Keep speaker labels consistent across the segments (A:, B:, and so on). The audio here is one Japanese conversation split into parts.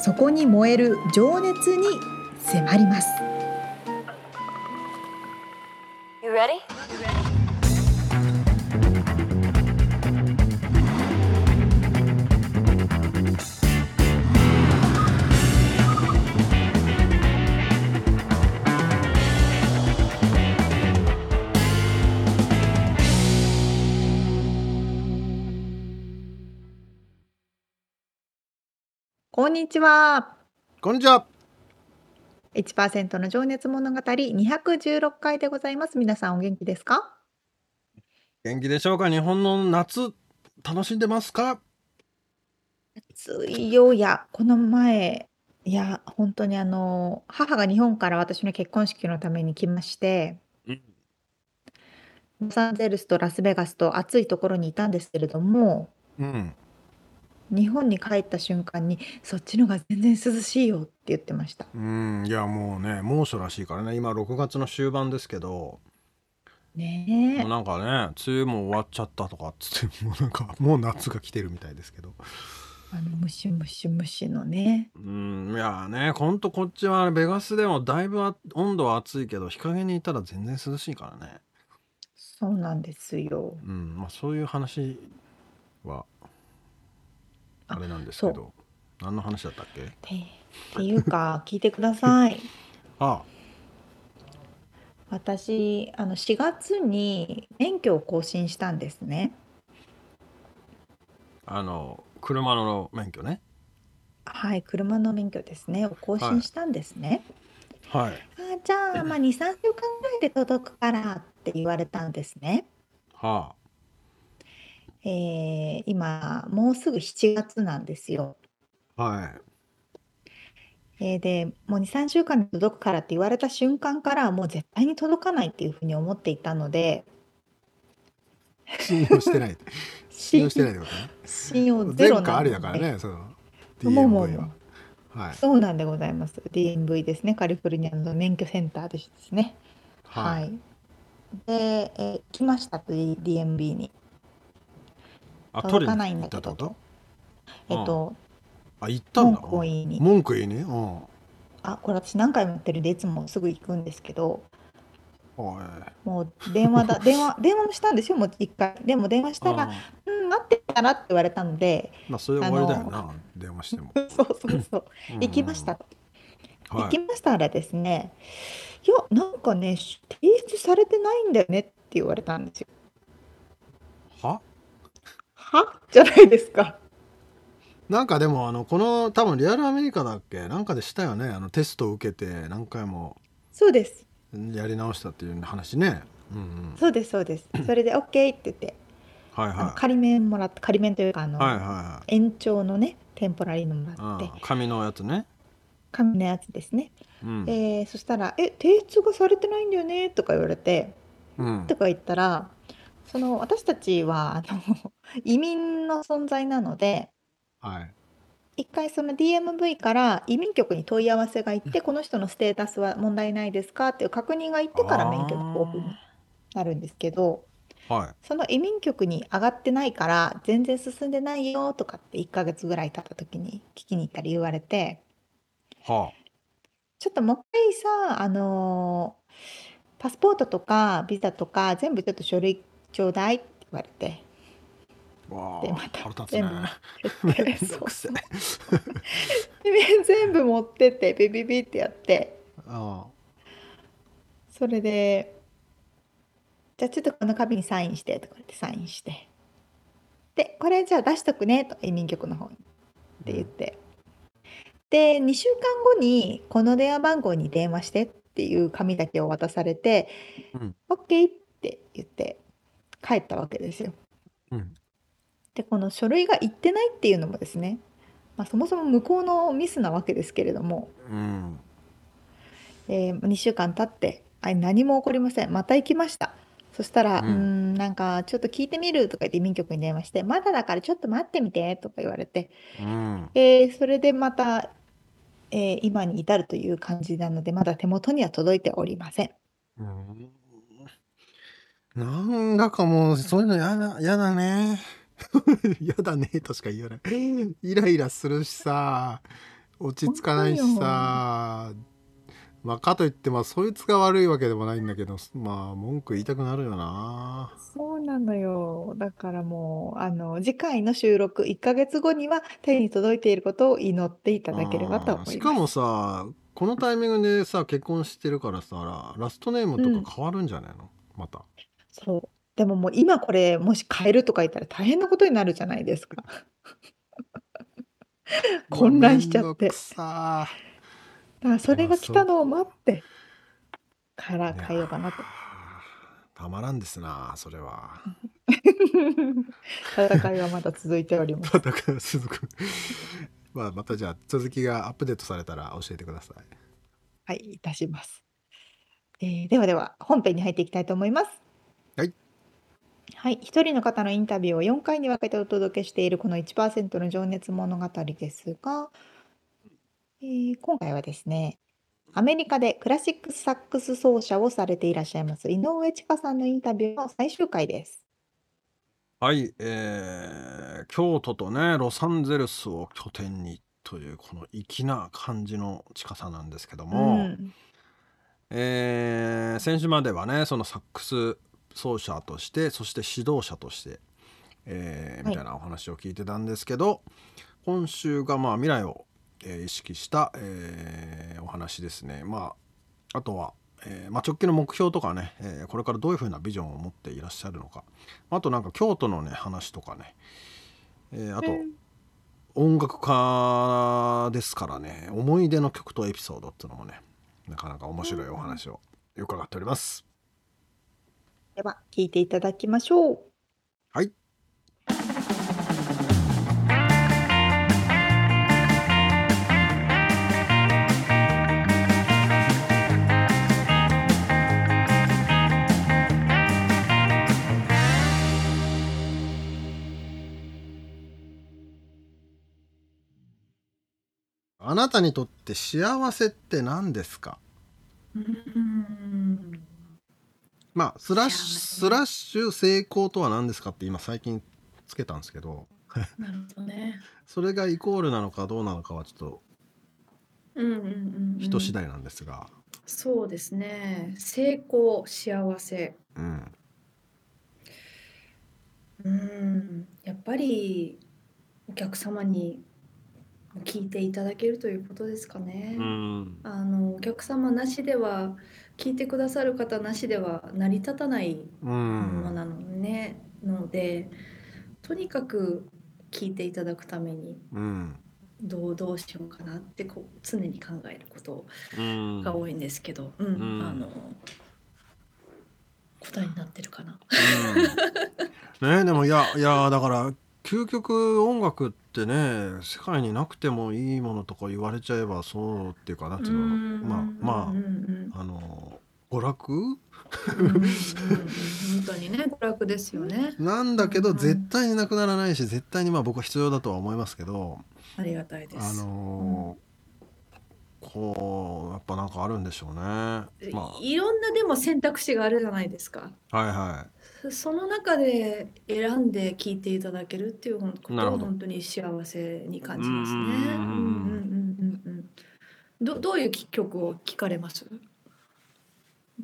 A: そこに燃える情熱に迫ります
B: You ready?
A: こんにちは
C: こんにちは。
A: 1%の情熱物語216回でございます皆さんお元気ですか
C: 元気でしょうか日本の夏、楽しんでますか
A: 暑いよいやこの前いや本当にあの母が日本から私の結婚式のために来まして
C: うん。
A: ロサンゼルスとラスベガスと暑いところにいたんですけれども
C: うん。
A: 日本に帰った瞬間にそっちのが全然涼しいよって言ってました
C: いや、もうね、猛暑らしいからね、今6月の終盤ですけど、も
A: ね
C: うなんかね、梅雨も終わっちゃったとかっつって、 もうなんか、もう夏が来てるみたいですけど。
A: えあのムシムシムシのね
C: うん、いやね、ほんとこっちはベガスでもだいぶあ温度は暑いけど、日陰にいたら全然涼しいからね。
A: そうなんですよ
C: うん、まあそういう話は、
A: あ
C: あれなんですけ
A: そ
C: ど、何の話だったっけ
A: てっていう か聞いてください
C: ああ、
A: 私あの4月に免許を更新したんですね
C: あの、車の免許ね。
A: はい車の免許ですねを更
C: は
A: 新
C: い
A: したんですね、
C: はい。
A: あーじゃあまあ23週間ぐらいで届くからって言われたんですね
C: は
A: えー今もうすぐ7月なんですよ、
C: あ、はい。
A: えーでもう23週間で届くからって言われた瞬間からはもう絶対に届かないっていうふうに思っていたので
C: 信用して ない。信用してないってことね。
A: 信用ゼ
C: 前
A: ロ
C: 科
A: な
C: あ
A: の
C: り
A: で
C: だからね、その
A: もうもう
C: DMV は。はい。
A: そうなんでございます。DMV ですね。カリフォルニアの免許センターですね。はい。。で、えー来ましたと DMV に。
C: あ、
A: 届
C: 取
A: か
C: り
A: ない
C: に
A: ん
C: 行
A: だ
C: っ
A: け
C: た
A: ど
C: ってこと
A: えっと、
C: あ、行ったん
A: 文
C: だ。
A: 庫院に。
C: 文句言いね。うん。
A: あ、これ私何回もやってるんで、いつもすぐ行くんですけど、
C: おい。
A: もう電話 だ、電話、電話もしたんですよ、もう一回。でも電話したら、
C: あ
A: うん、待ってたらって言われたので、
C: まあ、それで終わりだよな、電話しても。
A: そうそうそう、 行きましたと。
C: うん。
A: 行
C: は
A: き
C: い。
A: ましたらですね、いや、なんかね、提出されてないんだよねって言われたんですよ。
C: は
A: はじゃないですか。
C: なんかでもあのこの多分リアルアメリカだっけなんかでしたよねあのテストを受けて何回も
A: そうです。
C: やり直したっていう話ねうんうん
A: そうです。そうです。それで OK って言って、
C: はい
A: あの
C: は
A: 仮免もらって、仮免というか、あ
C: い
A: の、
C: はいは
A: 延長のね、テンポラリーのも
C: い
A: らっ
C: は
A: て
C: い、うん紙のやつね
A: 紙のやつですね。
C: うん
A: えーそしたら、え、提出がされてないんだよねとか言われて、
C: うん
A: とか言ったら、その私たちはあの 移民の存在なので、
C: はい
A: 一回その DMV から移民局に問い合わせが行って、この人のステータスは問題ないですかっていう確認が行ってから免許の交付になるんですけど、
C: はい
A: その移民局に上がってないから全然進んでないよとかって1ヶ月ぐらい経った時に聞きに行ったり言われて
C: は
A: ちょっともう一回さあのーパスポートとかビザとか全部ちょっと書類ちょうだいって言われて
C: あわ
A: で
C: あ
A: また
C: 腹立つ
A: 全
C: ね
A: 部持
C: め
A: って
C: んどくせえ
A: そう全部持ってってビビビってやって
C: あ
A: それでじゃあちょっとこの紙にサインしてとか言ってサインしてでこれじゃあ出しとくねと移民局の方にって言って、で2週間後にこの電話番号に電話してっていう紙だけを渡されて、
C: うん
A: オッ OK って言って帰ったわけですよ
C: うん
A: でこの書類が行ってないっていうのもですね、まあ、そもそも向こうのミスなわけですけれども
C: うん
A: えー、2週間経ってあ何も起こりませんまた行きましたそしたら「うー
C: うん
A: んなんかちょっと聞いてみる」とか言って民局に電話して「まだだからちょっと待ってみて」とか言われて、
C: うん
A: えーそれでまた、えー今に至るという感じなのでまだ手元には届いておりません。
C: うんなんだかもうそういうのやだやだね やだねとしか言わないイライラするしさ落ち着かないしさまあかといってまあそいつが悪いわけでもないんだけどまあ文句言いたくなるよな
A: そうなのよ。だからもう、あの、次回の収録、1ヶ月後には手に届いていることを祈っていただければと思い
C: あ
A: ま
C: ー
A: す。
C: しかもさこのタイミングでさ結婚してるからさラストネームとか変わるんじゃないの、また
A: そう。でももう今これ、もし変えるとか言ったら大変なことになるじゃないです か。 混乱しちゃっ
C: めん
A: て。
C: どくさ
A: だからそれが来たのを待ってから
C: ー
A: 変えようかないと
C: や。ーたまらんですなそれは
A: 戦いはまだ続いております。
C: 戦いは続く まあまたじゃあ続きがアップデートされたら教えてください
A: はい、いたします。えーではでは本編に入っていきたいと思います。
C: はい。
A: はい、一人の方のインタビューを4回に分けてお届けしているこの1%の情熱物語ですが、えー今回はですね、アメリカでクラシックサックス奏者をされていらっしゃいます井上千佳さんのインタビューの最終回です。
C: はい、えー京都とねロサンゼルスを拠点にというこの粋な感じの近さなんですけども、
A: うん、
C: えー先週まではねそのサックス奏者としてそして指導者として、え
A: は
C: ー
A: い
C: みたいなお話を聞いてたんですけど、今週がまあ未来を、えー意識した、えーお話ですね。まあ、あとは、えーまあ、直近の目標とかね、えーこれからどういうふうなビジョンを持っていらっしゃるのかあとなんか京都のね話とかね、えーあと音楽家ですからね思い出の曲とエピソードっていうのもねなかなか面白いお話を伺っております。
A: では聞いていただきましょう。
C: はいあなたにとって幸せって何ですかまあスラッシュ
D: 幸せ
C: スラッシュ成功とは何ですかって今最近つけたんですけど
D: なるほどね。
C: それがイコールなのかどうなのかはちょっと
D: うんうんうん、うん。
C: 人次第なんですが、
D: そうですね。成功、幸せ。
C: うん、
D: うん。やっぱりお客様に聞いていただけるということですかね。
C: ん、
D: あのお客様なしでは聞いてくださる方なしでは成り立たないものなのね、のでとにかく聞いていただくために
C: うん、
D: どうどうしようかなってこう常に考えることを
C: うん
D: が多いんですけど、うん
C: うん
D: あの答えになってるかな。
C: うんねでもいやいやだから究極音楽ってね世界になくてもいいものとか言われちゃえばそうっていうかなんていうのまあまああの娯楽
D: あ本当にね娯楽ですよね。
C: なんだけど
D: うん
C: 絶対になくならないし絶対にまあ僕は必要だとは思いますけど
D: ありがたいで
C: あ
D: す。
C: のこうやっぱなんかあるんでしょうね。ま
D: いろんなでも選択肢があるじゃないですか。
C: あはいは
D: その中で選んで聞いていただけるっていうこと
C: なるほ
D: を
C: ど
D: 本当に幸せに感じますね。
C: うんうん
D: うんうんうんうんどどういう曲を聞かれます？
C: い。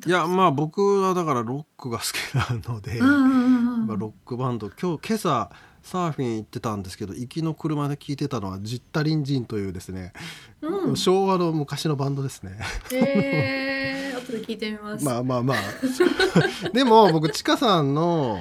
C: いやまあ僕はだからロックが好きなので。
D: うんうんうんうん
C: まあ、ロックバンド今日今朝サーフィン行ってたんですけど行きの車で聴いてたのはジッタリンジンというですね、
D: うん
C: 昭和の昔のバンドですね
D: えー、後で聞いてみます。
C: まあまあまあ でも僕ちかさんの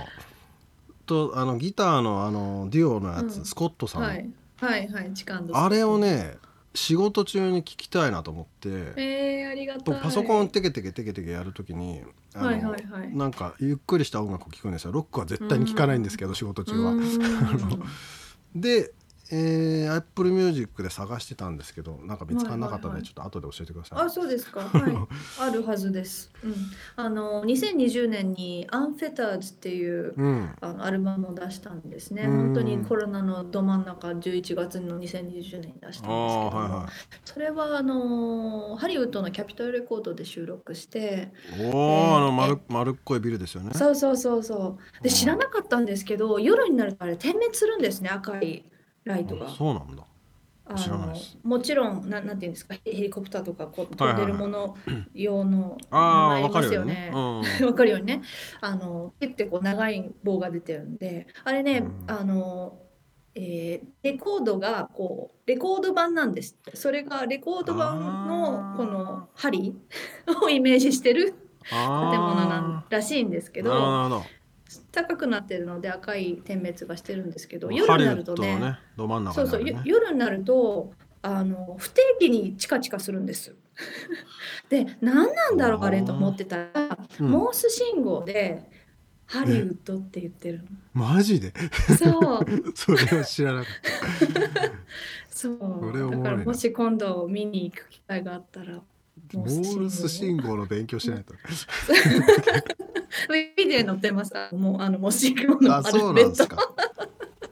C: とあのギターのあのデュオのやつ、
D: うん
C: スコットさんの、
D: はい、はいはい時間です
C: あれを。ね仕事中に聴きたいなと思って、
D: えー、ありがた
C: 僕
D: い。
C: パソコンテケテケテケテケやるときにあの、
D: はいはいはい。
C: なんかゆっく りした音楽を聴くんですよロックは絶対に聴かないんですけど、仕事中は。
D: うーん
C: でえー、Apple Music で探してたんですけどなんか見つからなかったの
D: はいはいは
C: で
D: い
C: ちょっと後で教えてください。
D: あ、そうですか。はい。あるはずです。うん。あの、2020年にアンフェターズっていう
C: うん
D: あのアルバムを出したんですね。
C: うん
D: 本当にコロナのど真ん中、11月の2020年に出し
C: あ
D: たんです
C: あ
D: けど
C: はい
D: も、
C: は
D: それはあのハリウッドのキャピトルレコードで収録して、
C: い。おお、あの丸丸っこいビルですよね。
D: そうそうそうそう。で、
C: うん
D: 知らなかったんですけど、夜になるとあれ点滅するんですね、赤いライトが
C: あ。そうなんだ。
D: あ
C: 知らない
D: の
C: です
D: もちろんな、なんていうんですか、ヘヘリコプターとかこう
C: は
D: 飛
C: いは
D: ん
C: い
D: で
C: はい
D: るもの用の
C: ああ
D: 名前
C: わか
D: りま
C: る
D: す
C: よ
D: よ
C: ね
D: ね。。
C: うん。
D: わかるようにね。あの、ピュッてこう長い棒が出てるんで、あれね、
C: うん
D: あの、えーレコードがこうレコード版なんですってそれがレコード版
C: あー
D: のこの針をイメージしてる 建物なん
C: あ
D: らしいんです
C: あ。
D: け
C: なるほど
D: ど
C: なるほ
D: 高くなってるので赤い点滅がしてるんですけど
C: ど。
D: 夜
C: ハ
D: に
C: リウ
D: なる
C: ッ
D: と
C: ドの
D: ね
C: ねど真ん
D: そ
C: 中にあ
D: うそう
C: る
D: よ
C: ね。
D: 夜になるとあの不定期にチカチカするんです。 で何なんだろうあれと思ってたら、
C: うん
D: モース信号でハリウッドって言っ てる
C: マジで
D: の。そう
C: それは知らなかった。
D: そう
C: それおもろい
D: だ
C: な
D: からもし今度見に行く機会があったら。
C: モールス信号の勉強しないと。
D: ビデオに載ってます。もうあのモース信号の
C: あ
D: ア
C: そ
D: ル
C: うな
D: ファ
C: ん
D: ベ
C: で
D: ッ
C: す
D: ト
C: か。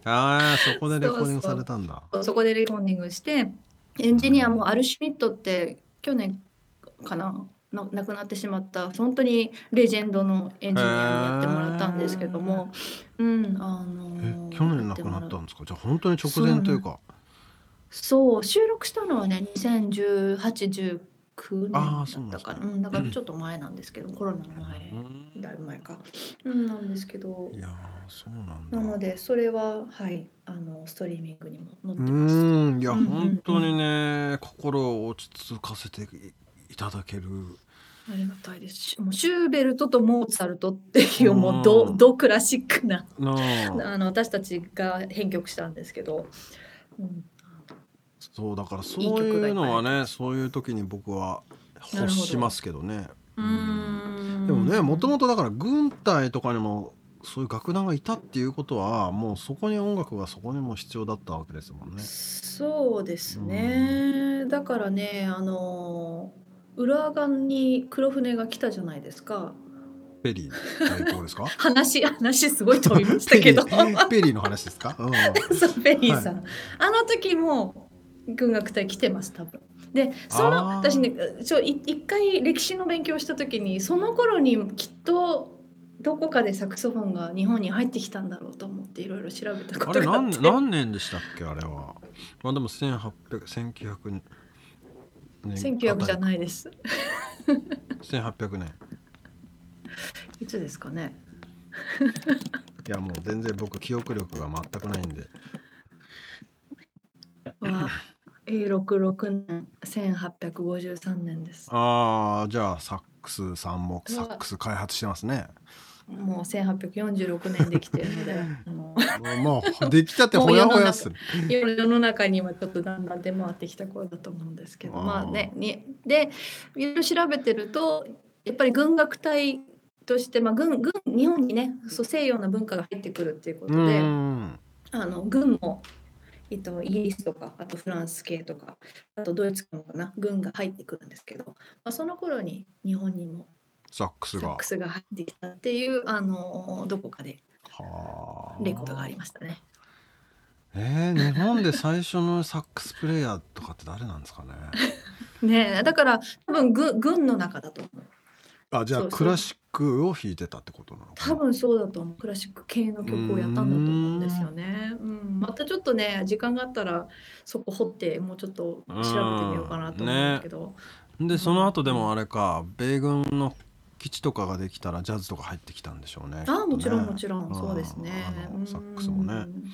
C: ああそこでレコーディング
D: そうそう
C: されたんだ。
D: そこでレコーディングしてエンジニアもアル・シュミットって去年かなな亡くなってしまった本当にレジェンドのエンジニアにやってもらったんですけども、うんあの
C: え
D: ー
C: 去年亡くなったんですか。じゃあ本当に直前というか。
D: そう収録したのはね201819年
C: あーそ
D: だ
C: うなんで
D: った
C: すか
D: かなうんだからちょっと前なんですけどコロナの前
C: うん
D: だいぶ前か、うん、なんですけど
C: いやーそうなんだ。
D: なのでそれははいあのストリーミングにも載っ
C: う
D: てます。
C: ーんいや、
D: うんうんうん
C: 本当にね心を落ち着かせていいただける
D: ありがたいですし。もうシューベルトとモーツァルトっていうもう
C: う
D: ど
C: ん
D: どクラシックな
C: なあ
D: あの私たちが編曲したんですけど、うん、
C: そうだからそ
D: いいう曲が
C: い
D: いっぱいう
C: のはねそういう時に僕は欲しますけどねでもねもともと
D: と
C: だから軍隊とかにもそういう楽団がいたっていうことはもうそこに音楽がそこにも必要だったわけですもんね。
D: そうですねだからねあの裏側に黒船が来たじゃないですか
C: ペリー大統領ですか
D: 話話すごい 飛びまし たけど
C: ペリーペリーの話ですか、うん うん
D: そうペリーさん、あの時も軍楽隊来てます多分でその
C: あー
D: 私ねちょい一回歴史の勉強した時にその頃にきっとどこかでサクソフォンが日本に入ってきたんだろうと思っていろいろ調べたこ
C: あ
D: と
C: れ
D: があっ
C: 何
D: て
C: 何年でしたっけあれは。まあでも1800 1900年
D: 1900じゃな いです。
C: 1800年
D: いつですかね。
C: いやもう全然僕記憶力が全くないんで
D: は A66 年1853年です。
C: ああじゃあサックスさんも
D: う
C: サ
D: わ
C: ックス開発してますね
D: もう1846年できてるの であの
C: もうできたてほやほやっすね
D: 世の中にはちょっとだんだん出回ってきた頃だと思うんですけど
C: あー
D: まあねにでいろいろ調べてるとやっぱり軍楽隊として、まあ、軍軍日本にねそう西洋の文化が入ってくるっていうこ
C: う
D: とで、
C: ん
D: あの軍も、えっと、イギリスとかあとフランス系とかあとドイツ系のかな軍が入ってくるんですけど、まあ、その頃に日本にも
C: サックス
D: サ
C: が
D: ックスが入ってきたっていうあのどこかで
C: は
D: レコードがありましたね。
C: えー、日本で最初のサックスプレイヤーとかって誰なんですかね
D: ねえだから多分軍軍の中だと思う。
C: あじゃあ
D: そうそう
C: クラシックを弾いてたってことなのか
D: 多
C: な
D: 分そうだと思うクラシック系の曲をやったんだと思うんですよね。うん、またちょっとね時間があったらそこ掘ってもうちょっと調べてみようかなと思うんだけど、
C: でその後でもあれか米軍の基地とかができたらジャズとか入ってきたんでしょうね
D: ああもちろんも
C: ろん
D: ちろん、
C: ね
D: そうですね
C: あ。のサックスもね
D: うん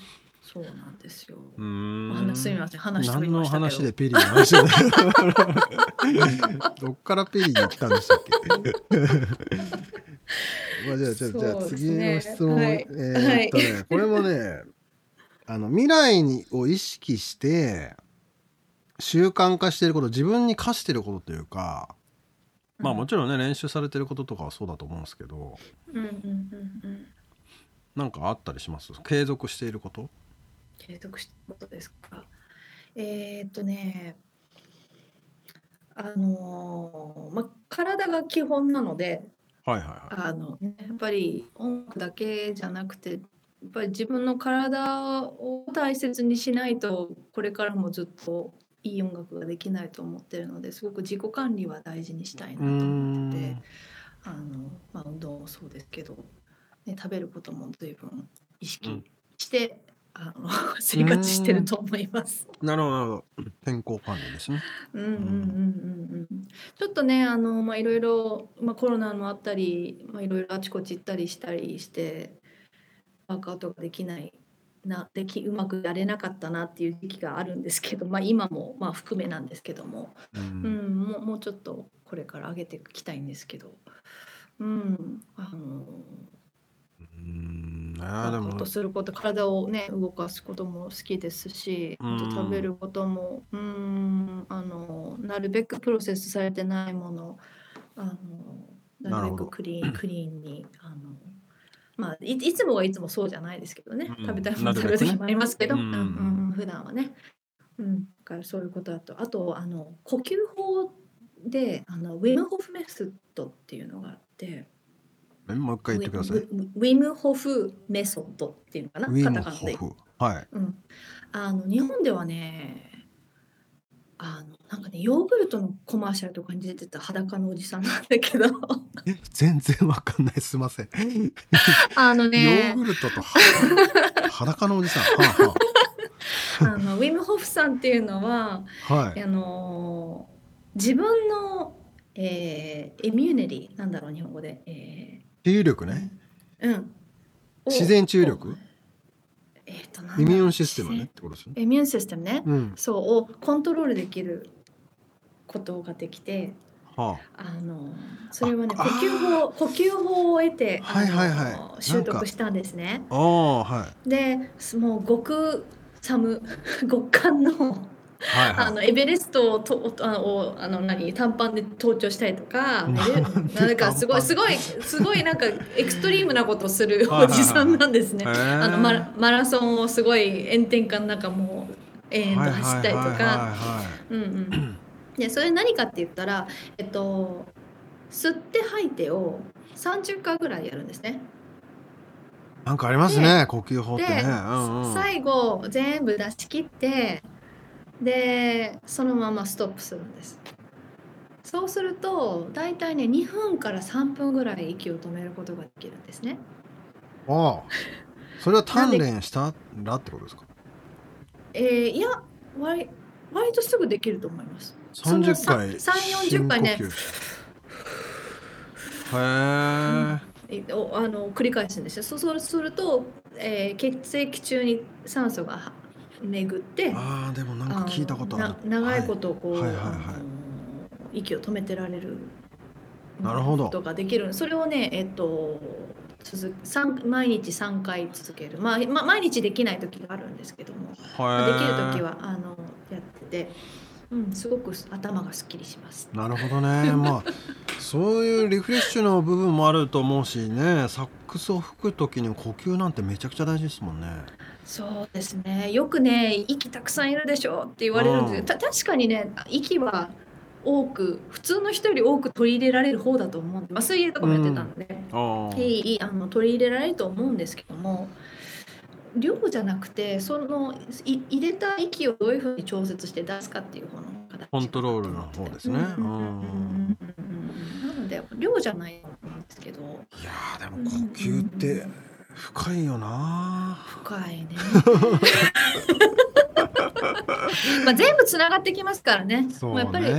D: そうなんですよ。
C: うーん
D: お話すみません話飛び
C: 何
D: ま
C: の
D: したけど。
C: 話でペリーの話だどっからペリーに行ったんでしたっ けまあじゃあじゃあじゃあ
D: そうです
C: 次
D: ね
C: の質問、
D: はい
C: えーっとね、これもねあの未来にを意識して習慣化していること自分に課していることというかまあもちろんね練習されてることとかはそうだと思うんですけど
D: うんうんうんうん。
C: なんかあったりします継続していること
D: 継続したことですか。えーっとね、あのーまあ、体が基本なので、
C: はいはいはい。
D: あのやっぱり音楽だけじゃなくてやっぱり自分の体を大切にしないとこれからもずっといい音楽ができないと思ってるのですごく自己管理は大事にしたいな
C: う
D: と
C: ー
D: 思
C: ん
D: っててあの、まあ、運動もそうですけど、ね、食べることも随分意
C: うん
D: 識して、あの 生活してると思います。
C: なるほどなるほど。健康管理ですね。
D: うんうんうんうんうんちょっとねあの、まあ、いろいろ、まあ、コロナもあったり、まあ、いろいろあちこち行ったりしたりしてワークアウトができないなできうまくやれなかったなっていう時期があるんですけど、まあ、今も、まあ、含めなんですけども、
C: う
D: うんんもうもうちょっとこれから上げていきたいんですけど、うん、あの
C: うんね
D: ワ
C: えで
D: ークアウ
C: も
D: トすること体をね動かすことも好きですし、
C: うん
D: あと食べることもうんあのなるべくプロセスされてないものあのな
C: なる
D: る
C: ほ
D: べ
C: ど
D: くク リーンクリーンにあのまあいいつもはいつもそうじゃないですけどね、
C: うん
D: 食べたいも
C: なる
D: の食
C: べ
D: べ
C: く
D: る
C: ね
D: 時もありますけど、
C: う
D: うんんうんうん普段はね、うん、だからそういうことだとあとあの呼吸法であのウィム・ホフメソッドっていうのがあって。
C: えもう一回言ってください。
D: ウィウィム・ホフメソッドっていうのかな
C: ウィム
D: カタカナで
C: ホフ。はい。
D: うん、あの日本ではねあのなんかねヨーグルトのコマーシャルとかに出てた裸のおじさんなん だけど
C: え全然わかんないすいません。
D: あの
C: ヨー
D: ね
C: グルトとは裸のおじさん。は
D: あのウィム・ホフさんっていうのは
C: あはあはい。
D: あの自分の、えー、エミュネリーなんだろう日本語で、え
C: 治癒力ね。
D: ーうん、を
C: 自然治癒力。
D: えーとなんだろ
C: イ
D: う
C: ミューンシステムねってことですね。
D: エミューンシステムね、
C: うん。
D: そうをコントロールできることができて
C: は
D: あのそれはね
C: あ
D: 呼吸法呼吸法を得て、あの
C: はいはいはい
D: 習
C: なんか
D: 得したんですね
C: あ。ああはい。
D: ですもう極寒 極寒の
C: はいはい。
D: あのエベレストをとあのをあの何短パンで登頂したりと
C: な
D: か
C: んで
D: なんかすご
C: 短
D: い
C: パン
D: すごいすごいなんかエクストリームなことをする
C: はいはいは
D: お
C: い
D: じさんなんですね。
C: へえ
D: あのマラマラソンをすごい炎天下の中もう延々と走ったりと
C: はいはい
D: か。
C: はいはい
D: うんうん、でそれ何かって言ったら、えっと、吸って吐いてを30回ぐらいやるんですね。
C: なんかありますね、呼吸法って
D: で、
C: ね。うんうん、
D: 最後全部出し切ってでそのままストップするんです。そうすると大体ね2分から3分ぐらい息を止めることができるんですね。
C: ああ、それは鍛錬したらってことですか。
D: えーいや割割とすぐできると思います。
C: 三十
D: その
C: 回。
D: さ3 40回ね
C: 深呼吸。へ
D: えおあの繰り返すんですよ。そうそうすると、えー血液中に酸素がは巡って
C: え。ああ、でもなんか
D: あの
C: 聞いたことあ
D: な
C: る。
D: 長いこ
C: は
D: とこう、
C: はいはいはい
D: あの息を止めてられる
C: なるほど
D: ことができるそれをねえっと続く三毎日3回続ける、まあ、まあ毎日できない時があるんですけども、まあ
C: い。
D: できる時
C: は
D: はあのやってて、うん、すごく頭がすっきりします
C: え。。なるほど ね。まあ、そういうリフレッシュの部分もあると思うしね、サックスを吹く時に呼吸なんてめちゃくちゃ大事ですもんね。
D: そうですね。よくね、息たくさんいるでしょうって言われるんですけど、た確かにね、息は多く、普通の人より多く取り入れられる方だと思うんで、まあ、水泳とかもやってたんで、
C: ああ。
D: いいいいあの取り入れられると思うんですけども、量じゃなくて、そのい入れた息をどういうふうに調節して出すかっていう方の方が
C: コントロールの方ですね
D: うんうんうんうんなので、量じゃないと思うんですけど、
C: いやー、でも呼吸って深いよな。
D: 深いね。 まあ全部つながってきますからね。
C: そうね
D: もうやっぱりあ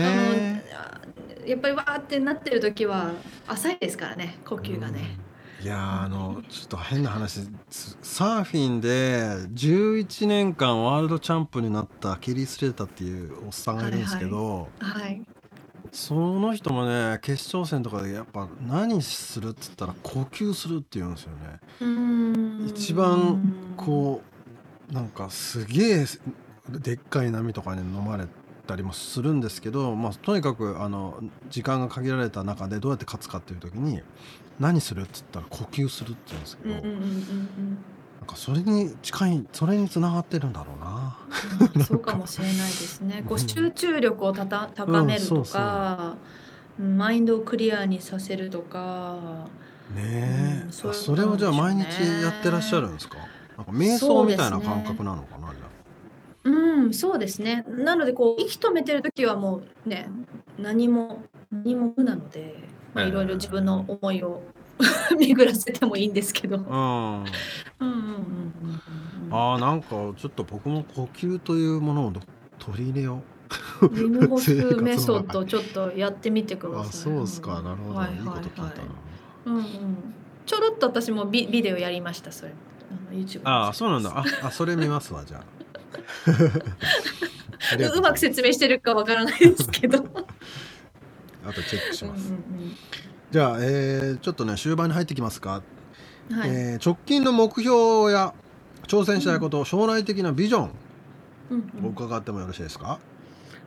D: のやっぱりわーってなってる時は浅いですからね、呼吸がね。
C: うん。いやーあのちょっと変な話つサーフィンで11年間ワールドチャンプになったケリー・スレーターっていうおっさんがいるんですけど、
D: はい。
C: その人もね決勝戦とかでやっぱ何するっつったら呼吸するって言うんですよね。
D: うーん
C: 一番こうなんかすげえでっかい波とかに飲まれたりもするんですけど、まあ、とにかくあの時間が限られた中でどうやって勝つかっていう時に何するっつったら呼吸するって言うんですけ
D: うん
C: ど、
D: うんうんうんうん。
C: なんかそれに近いそれにつながってるんだろうな。
D: うんそうかもしれないで すね。こ
C: うん
D: う集中力をたた高める
C: う
D: と
C: んそう
D: か、うんマインドをクリアにさせるとか、
C: ねえ、
D: うん
C: あ
D: そ
C: そう
D: いう
C: れをじゃあ
D: ことな
C: 毎
D: ん
C: 日
D: でしょうね
C: やってらっしゃるんですかなんか瞑想みたいな感覚なのかな、
D: うん、そうですね。なのでこう息止めてる時はもうね、何も何も無なので、まあ、
C: ええ
D: いろいろ自分の思いを 巡らせてもいいんですけど。うん
C: じゃあ
D: うんうんうんうんうん。
C: あーなんかちょっと僕も呼吸というものをど取り入れよ
D: リムホスメソッドちょっとやってみてく
C: う
D: だ
C: あ
D: さい。
C: そうですかなるほど、
D: はい
C: い
D: はいい
C: こと聞いたな、
D: はいうんうん、ちょろっと私もビビデオやりましたそれあの YouTube
C: ああそうなんだああそれ見ますわじ ゃあありがと
D: うまく
C: ござい
D: 説明してるかわからないですけ
C: ま
D: ど
C: すあとチェックし
D: うんう
C: ます、
D: ん
C: じゃあ、えーちょっとね終盤に入ってきますか、
D: うんはい、
C: えー直近の目標や挑戦したいこと、将来的なビジョン
D: うんう
C: を
D: ん、
C: 伺ってもよろしいですか、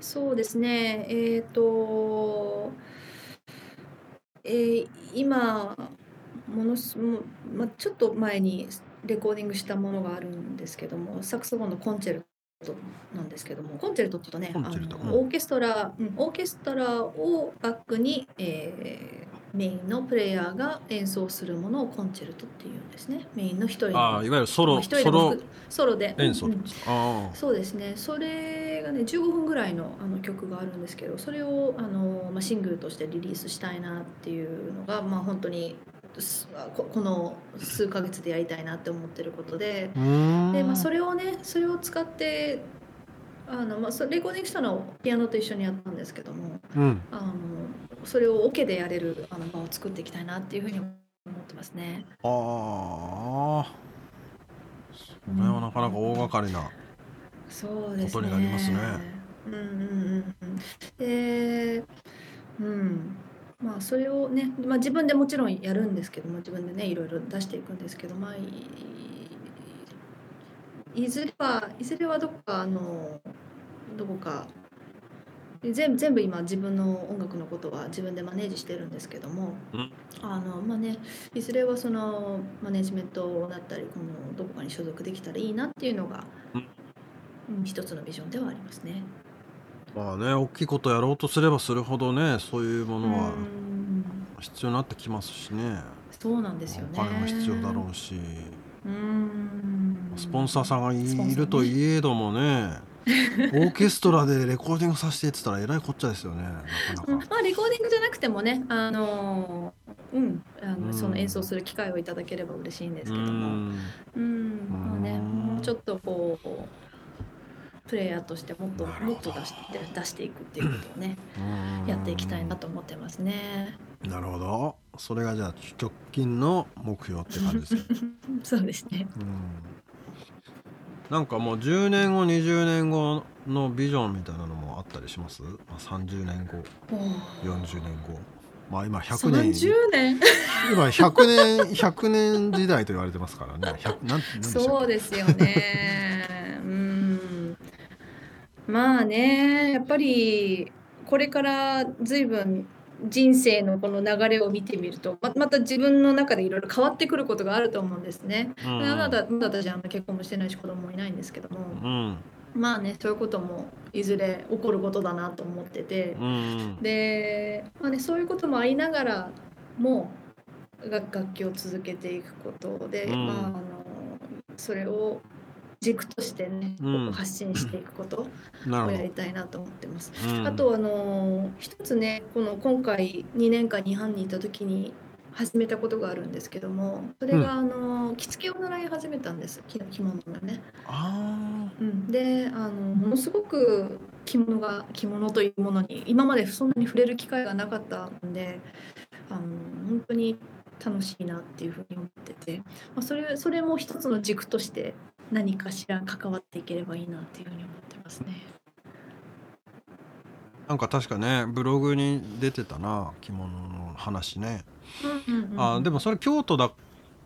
D: そうですねえっ、とえー今ものすもう、ま、ちょっと前にレコーディングしたものがあるんですけどもサクソフォンのコンチェルトなんですけどもコンチェルトっていうとね
C: コンチェルト
D: あの
C: うん
D: オーケストラ、うん、オーケストラをバックに、えーメインのプレイヤーが演奏するものをコンチェルトっていうんですねメインの一人の
C: ああいわゆるソ
D: まあ
C: ロ
D: 一人で
C: ソ
D: も
C: ロ
D: 含ソロで
C: 演奏
D: うんうん
C: ああ
D: そうですねそれがね15分ぐらいのあの曲があるんですけどそれをあの、まあ、シングルとしてリリースしたいなっていうのが、まあ、本当にすここの数ヶ月でやりたいなって思ってることで
C: うーん
D: で、まあ、そ
C: れ
D: れをねそれを使ってあの、まあ、そレコーディングしたのをピアノと一緒にやったんですけども
C: うん
D: あのそれをオ、ケでやれるあの場を作っていきたいなっていうふうに思ってますね。
C: ああこれはなかなか大掛かりな
D: そうです
C: こと
D: ね。
C: になりますね
D: うんうんうんうん。で、うん。まあそれをね、まあ自分でもちろんやるんですけども、自分でねいろいろ出していくんですけど、まあいいずれはいずれはどこかあのどこか全部全部今自分の音楽のことは自分でマネージしてるんですけども、
C: うん
D: あのまあねいずれはそのマネジメントだったりこのどこかに所属できたらいいなっていうのが、うん一つのビジョンではありますね。
C: まあね大きいことやろうとすればするほどねそういうものは
D: うん
C: 必要になってきますしね
D: そうなんですよね。
C: お金も必要だろうし
D: うん。
C: スポンサーさんが
D: スポン
C: い
D: サー
C: る
D: ね
C: といえどもねオーケストラでレコーディングさせてって言ったらえらいこっちゃですよねなか
D: うん
C: な
D: ま
C: か。
D: あレコーディングじゃなくてもね、あのーうん、あの
C: うん
D: その演奏する機会をいただければ嬉しいんで
C: う
D: すけども、
C: ん
D: うん、まあね、
C: うん
D: もうちょっとこうプレイヤーとしてもっと
C: なるほ
D: もっ
C: ど
D: と出して出していくっていうことをね、やっていきたいなと思ってますね。
C: なるほどそれがじゃあ直近の目標って感じ ですね
D: そうですね。
C: うんなんかもう10年後20年後のビジョンみたいなのもあったりします、まあ、30年後40年後まあ今100
D: 三十
C: 年
D: 年。
C: 今100年100年 時代と言われてますからね100なんなんでしたっけ
D: そうですよ ね。うん。まあね、やっぱりこれから随分人生のこの流れを見てみると、ままた自分の中でいろいろ変わってくることがあると思うんですね。
C: うんうん
D: まだまだ私あの結婚もしてないし子供もいないんですけども、
C: うん
D: まあね、そういうこともいずれ起こることだなと思ってて、
C: うん
D: で、まあね、そういうこともありながらも楽楽器を続けていくことで、
C: うん
D: まあ、あのそれを軸としてね、
C: うん
D: 発信していくこと
C: な
D: を
C: る
D: や
C: ほ
D: りたいなと思ってます。
C: ど、うん
D: あとあの一つねこの今回2年間日本にいた時に始めたことがあるんですけどもそれがあの着付けを習い始めたんです着着物のね。
C: あ
D: うん、であのものすごく着物が着物というものに今までそんなに触れる機会がなかったんであの本当に楽しいなっていうふうに思ってて、まあ、それそれも一つの軸として何かしら関わっていければいいなっていうふうに思ってますね。
C: ーなんか確かねブログに出てたな着物の話ね、あーで
D: も
C: もそれ京都だ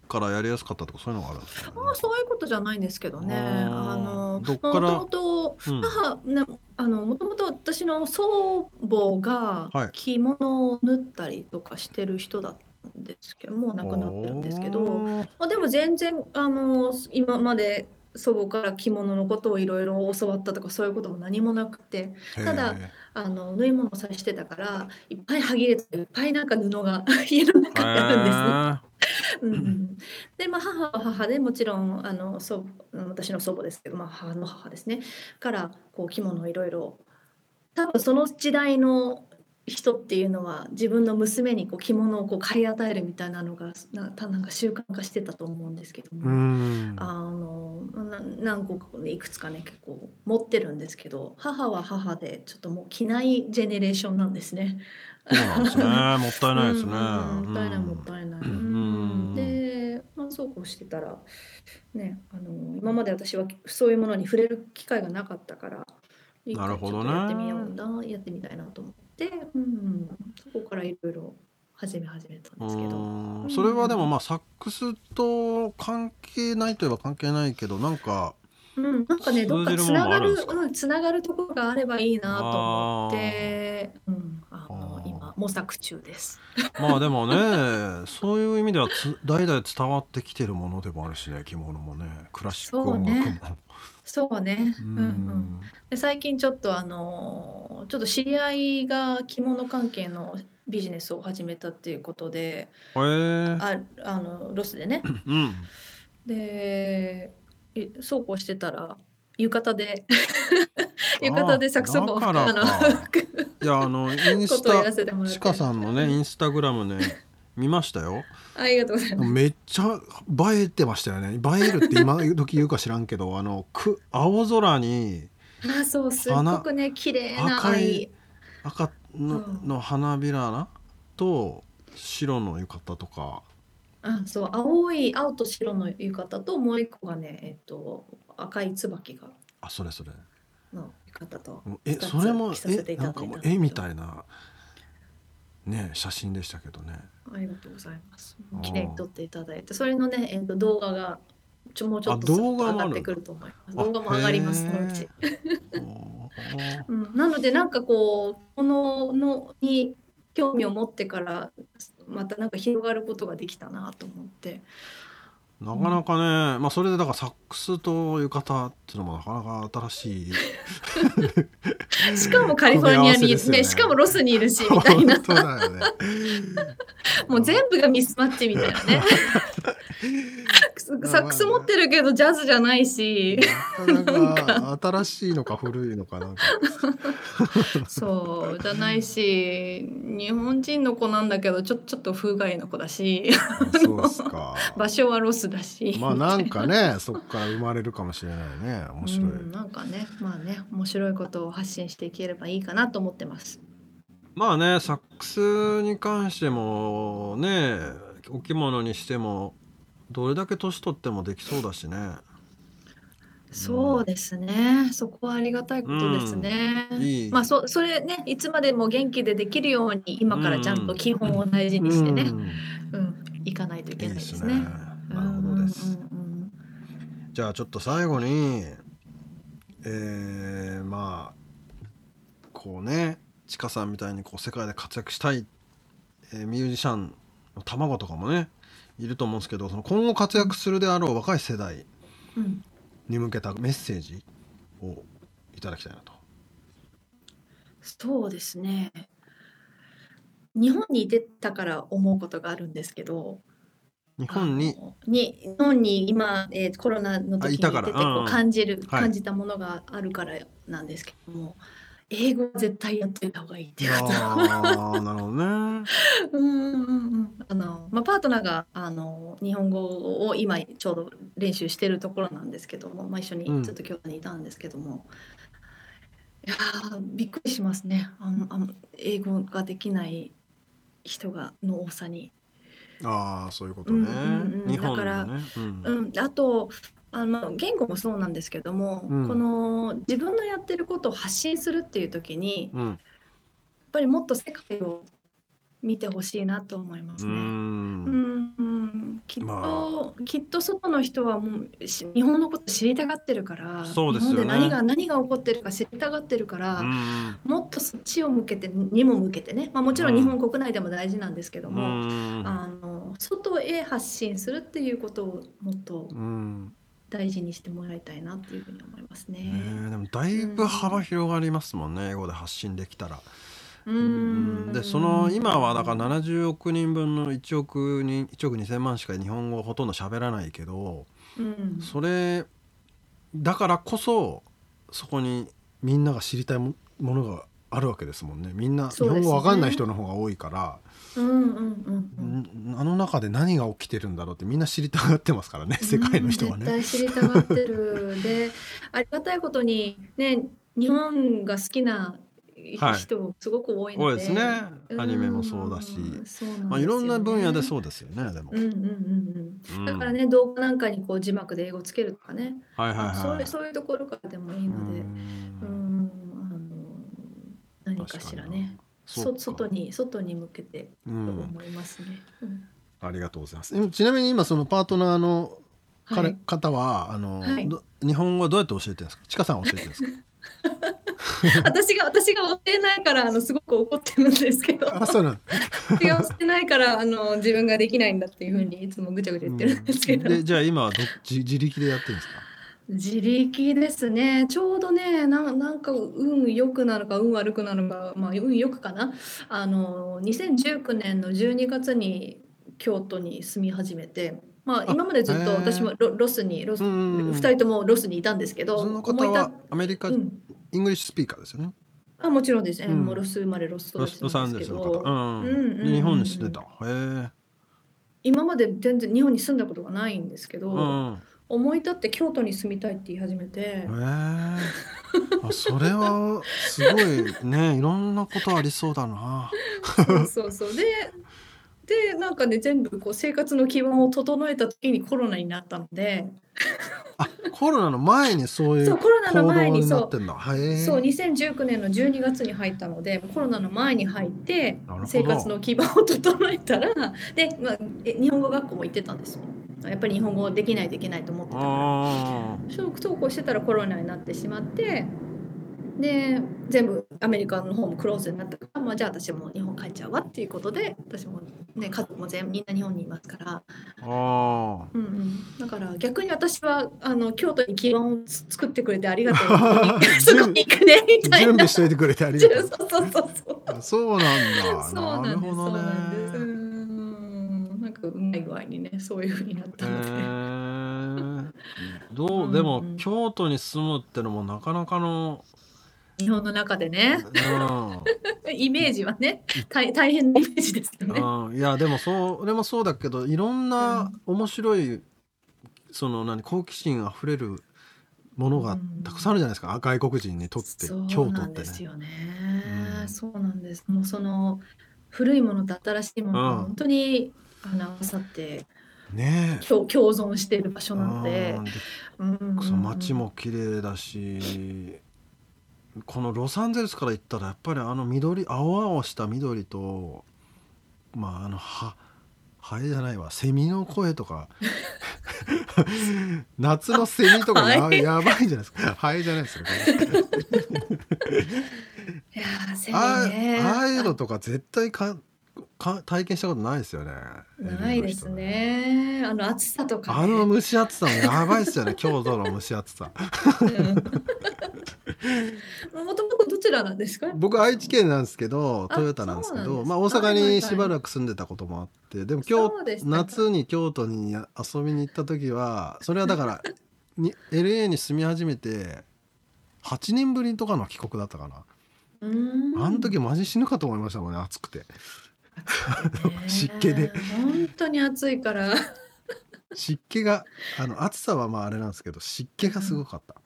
C: からやりやすかったとかそういうのがあるんですか、ね
D: あーそういうことじゃないんですけどね。
C: あー
D: あの
C: どっから
D: もともと
C: うん
D: 母ねあのもともと私の祖母が
C: はい
D: 着物を縫ったりとかしてる人だったですけど、もうなくなってるんですけど、
C: おー
D: まあ、でも全然あの今まで祖母から着物のことをいろいろ教わったとかそういうことも何もなくてただ
C: へ
D: あの縫い物をさしてたからいっぱいはぎれていっぱいなんか布が 家の中にあるんですね。
E: あ
D: うんうんで、まあ、母は母でもちろんあの祖母私の祖母ですけど、まあ、母の母ですねからこう着物をいろいろ多分その時代の人っていうのは自分の娘にこう着物をこう買い与えるみたいなのがなたなんか習慣化してたと思うんですけど
C: ーう
D: も、
C: ん
D: あのな何個かねいくつかね結構持ってるんですけど母は母でちょっともう着ないジェネレーションなんですね。
E: そうなんですね。もったいないですね。
D: うんうんもったいないもっ
E: い
D: たいない。
E: ん
D: で、まあ、そうこうしてたら、ね、あの今まで私はそういうものに触れる機会がなかったから一
E: な
D: 回
E: るほどね
D: ちょっとやってみようなやってみたいなと思って、うん、そこからいろいろ始め始めたんですけど。
C: うんそれはでもまあサックスと関係ないといえば関係ないけどなんか
D: うん、なんかね、どっか
E: 通じ
D: つ
E: るも
D: なん
E: も
D: が
E: あるん
D: る、
E: ですか
D: うん、つながるところがあればいいなと思って、うん、あ
C: あ
D: の
C: ー
D: 今模索中です。
E: まあでもね。
C: そういう意味ではつ代々伝わってきてるものでもあるしね着物もねクラシック音楽も
D: そうねそうね、
C: う
D: うんうん。で最近ちょっとあのーちょっと知り合いが着物関係のビジネスを始めたっていうことで
E: へえ。
D: ああのロスでね
E: うん。
D: でいそうこうしてたら浴衣で浴衣でサクソフォン
C: あだから
D: あ
C: かいやあのイン
D: の
C: ス
D: ことをやら
C: タ
D: せてもらって
C: ちかさんのねインスタグラムね見ましたよ
D: ありがとうございます
C: めっちゃ映えてましたよね映えるって今時言うか知らんけどあ のく青空に
D: あそうすっごくね綺麗な
C: 赤
D: 藍
C: い赤の,、
D: うん
C: の花びらなと白の浴衣とか
D: あそう青い青と白の浴衣ともう一個がねえっと赤い椿が
C: あそれそれ
D: の浴衣と
C: え
D: 二つ
C: それも
D: 着させて
C: え
D: いた
C: なん
D: だいた
C: か
D: ん
C: もう
D: ですけど
C: 絵みたいなね写真でしたけどね
D: ありがとうございます
C: あー。
D: 綺麗に撮っていただいて、それのね、えっと動画がちょもうちょっと
C: あ
D: する
C: 動
D: と
C: 画
D: 上
C: もあ
D: が
C: る
D: ってくると思います。
C: あ
D: 動画も上がります、
C: へ
D: そ
C: ー
D: のうち。
C: おー
D: うん、なので、なんかこう、こののに興味を持ってから、またなんか広がることができたなと思って。
C: なかなかね、まあそれでだからサックスと浴衣っていうのもなかなか新しい
D: しかもカリフォルニ
C: 組み合わ
D: ア
C: せ
D: に
C: で
D: い
C: すよ
D: る、
C: ね
D: ね、しかもロスにい るし、みたいな
C: 本。当だよね
D: もう全部がミスマッチみたい なね。サックス持ってるけどジャズじゃないし
C: なかなか新しいのか古いのかなんか
D: そうじゃないし日本人の子なんだけどちょちょっと風害の子だし
C: そうですか
D: 場所はロスだし
C: まあなんかねそこから生まれるかもしれないね面白い、
D: うん、なんかねまあね面白いことを発信していければいいかなと思ってます
E: まあね、サックスに関してもね、お着物にしてもどれだけ年取ってもできそうだしね。
D: そうですねそこはありがたいことですね、
E: うんいい
D: まあそそれねいつまでも元気でできるように今からちゃんと基本を大事にしてね、
C: う
D: うん
C: ん
D: いかないとい
C: い
D: け
C: い
D: ない
C: で
D: ですす
C: ね
D: ね。
C: なるほどです、
D: うんうんうん
C: じゃあちょっと最後にえー、まあこうねちかさんみたいにこう世界で活躍したい、えーミュージシャンの卵とかもねいると思うんですけどその今後活躍するであろう若い世代
D: うんうん
C: に向けたメッセージをいただきたいなと。
D: そうですね。日本にいてたから思うことがあるんですけど、
C: 日本に
D: あのに日本に今、えーコロナの
E: あ
D: 時
E: い
D: に
E: たから
D: 出てこう
E: うんうん
D: 感じる、
E: はい
D: 感じたものがあるからなんですけども、英語は絶対やっておいた方がいいっていうこと。
C: ああなるほどね。
D: うんうんうんうんあのまあ、パートナーがあの日本語を今ちょうど練習してるところなんですけども、まあ、一緒
C: うん
D: にずっと京都にいたんですけども、いやーびっくりしますねあのあの英語ができない人がの多さに。
C: ああそういうこと
D: う
C: ね
D: ん。うんうん
E: 日本の
D: だ
E: ね。うん
D: うん、あとあの言語もそうなんですけども、
C: うん
D: この自分のやってることを発信するっていう時にやっ
C: うん。
D: ぱりもっと世界を見てほしいなと思いま
E: う
D: すね。
E: ん
D: うんうんきっと、
F: ま
D: きっと外の人はもうし日本のこと知りたがってるから
C: そうですよね
D: 日本で何が何が起こってるか知りたがってるから、
C: うん
D: もっとそっちを向けてにも向けてね、まあ、もちろん日本国内でも大事なんですけど
C: う
D: も、
C: ん
D: あの外へ発信するっていうことをもっと
F: うん
D: 大事にしてもらいたいなっていうふうに思いますね。
C: ねえでもだいぶ幅広がりますもんね英語で発信できたら。
D: う
C: うんでその今はだから70億人分の1億人1億2,000万しか日本語ほとんど喋らないけど
D: うん
C: それだからこそそこにみんなが知りたいもものがあるわけですもんねみんな日
D: そうですね
F: 本語わかんない人の方が多いから、
D: うんうんうん
F: んあの中で何が起きてるんだろうってみんな知りたがってますからね
D: うん、
F: 世界の人は
D: う
F: ね。
D: ん絶対知りたがってるでありがたいことにね日本が好きな
C: はい
D: 人もすごく多いので、
C: 多いですね
D: うん
C: アニメもそうだし、
D: そうなんですよね
C: まあ、いろんな分野でそうですよねでも。
D: うんうんうん
C: う
D: うんんだからね動画なんかにこう字幕で英語つけるとかね、
C: はいはい
D: そう
C: はい
D: いうそういうところからでもいいので、
C: うん
D: うんあの何かしらね
C: そう
D: そ
C: か
D: 外に外に向けて
F: う
D: と
F: ん、
D: 思いますね。うん
F: ありがとうございます。えちなみに今そのパートナーの彼、
D: はい、
F: 方はあの、
D: はい
F: ど日本語どうやって教えてるんですか。ちかさん教えてるんです か。
D: 私が私が教えないからあのすごく怒ってるんですけ ど
F: あ、そうなん。
D: 私が教えないからあの自分ができないんだっていうふうにいつもぐちゃぐちゃ言ってるんですけど、
F: でじゃあ今はど自自力でやってるんですか。
D: 自力ですねちょうどねななんか運良くなのか運悪くなのかまあ運良くかなあの2019年の12月に京都に住み始めてまあ今までずっと
F: へー
D: 私もロロスにロス
F: うん
D: 2人ともロスにいたんですけど
F: その
D: 思い
F: 方
D: 立
F: は
D: っ
F: アメリカ、
D: うん、
F: イングリッシュスピーカーですよね。
D: あもちろんですね、
F: うん
D: もうロス生まれロス
C: ロ
D: 育
C: ス
D: ち
C: ロ
D: な
C: サ
D: ん
C: ン
D: で
C: ですス
D: け
C: の
D: ど
C: 方、うん
D: うんうんうん
C: で日本に住んでたへえ、
D: 今まで全然日本に住んだことがないんですけど、
C: うん、へ
D: 思い立って京都に住みたいって言い始めて
C: え、あそれはすごいねい ろんなことありそうだな
D: そうそうそうででなんかね全部こう生活の基盤を整えた時にコロナになったので、
F: あ、コロナの前にそうい
D: そううコロナ
F: 行
D: の
F: 動
D: 前に
F: に
D: そ
F: な
D: う
F: ってんだ。へえ。
D: そう2019年の12月に入ったのでコロナの前に入って
C: なるほど
D: 生活の基盤を整えたらで、まあ、え日本語学校も行ってたんですよやっぱり日本語できないといけないと思ってたから
C: あ
D: そうそうこうしてたらコロナになってしまってで全部アメリカの方もクローズになったから、まあ、じゃあ私も日本帰っちゃうわっていうことで私も、ね、家族も全みんな日本にいますから。
C: ーあ
D: うんうん、だから逆に私はあの京都に基盤をつ作ってくれてありがとう そこに行くねみたい
F: 準
D: な
F: 備しといてくれてあり
D: そ
F: が
D: う
F: とう。
D: そうそうそう
F: あそうなんだ。
D: そうなんですそうなんです
C: なるほどね
D: うんなんかうまい具合にねそういうふうになっ
C: へ
D: たので、
C: えど
D: う
C: うんでも京都に住むってのもなかなかの、
D: 日本の中 でね
C: う
D: イメージはね大大変なイメージですよね。
C: んうん、いやでもそうでもそうだけどいろんな面白い、その何好奇心あふれるものがたくさんあるじゃないですか、外国人にとって
D: そう
C: 京都
D: な
C: っ
D: ん
C: て
D: で
C: ね。
D: すよね
C: うん。
D: そうなんです。もうその古いものと新しいものが本当にあの合わさって
C: ねえ。
D: 共共存している場所なので
C: うん、で
D: うんうんうん
C: その街も綺麗だしこのロサンゼルスから行ったらやっぱりあの緑青々した緑とまああのはハエじゃないわセミの声と か夏のセミとか
D: ハ
C: や
D: エ
C: やばいじゃないですかハエじゃないですよこれ
D: いやーセミ
C: あ
D: ね
C: ああいうのとか絶対かか体験したことないですよね
D: ないですねあの暑さとか、ね、
C: あ の蒸し暑さもやばい ですよね京都の蒸し暑さ
D: うんもともとどちらなんですか
C: 僕愛知県なんですけどトヨタなんですけ
D: そうなん
C: ど
D: です
C: まあ、大阪にしばらく住んでたこともあってでも今
D: そうでし
C: 日
D: たか
C: 夏に京都に遊びに行った時はそれはだからに LA に住み始めて8年ぶりとかの帰国だったかな
D: うーん
C: あの時マジ死ぬかと思いましたもんね暑くて
D: ね
C: 湿気で
D: 本当に暑いから
C: 湿気があの暑さはまああれなんですけど湿気がすごかった、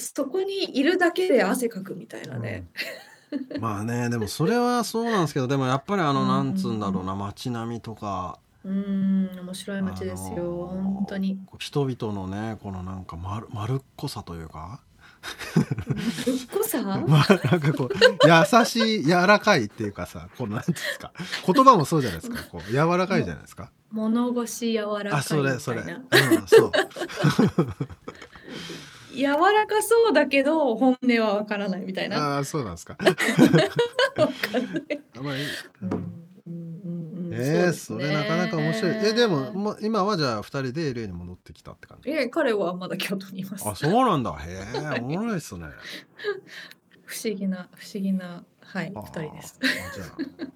D: そこにいるだけで汗かくみたいなね、
C: うんまあねでもそれはそうなんですけどでもやっぱりあ
D: う
C: の
D: ん
C: なんつうんだろうな街並みとか
D: うーん面白い街ですよ、
C: あのー
D: 本当に
C: こう人々のねこのなんか丸丸っこさというか
D: ぶっこさ
C: まあなんかこう優しい柔らかいっていうかさこうなんていうんですか言葉もそうじゃないですかこう柔らかいじゃないですか。
D: 物腰柔らかいみたいな
C: あそれそれ、うん、 そう
D: 柔らかそうだけど本音はわからないみたいな。
C: ああそうなんですか。
D: わかんない。
C: あまり、う
D: うんうんうんうん
C: えー、
D: そ
C: そうれなかなか面白い。えでももう今はじゃあ二人で LA に戻ってきたって感じ。
D: え彼はまだ京都にいます
C: あそうなんだ。へえ面白いっすね。
D: 不思議な不思議なはい
C: あ
D: 二
C: ー
D: 人です。。
C: あじゃあ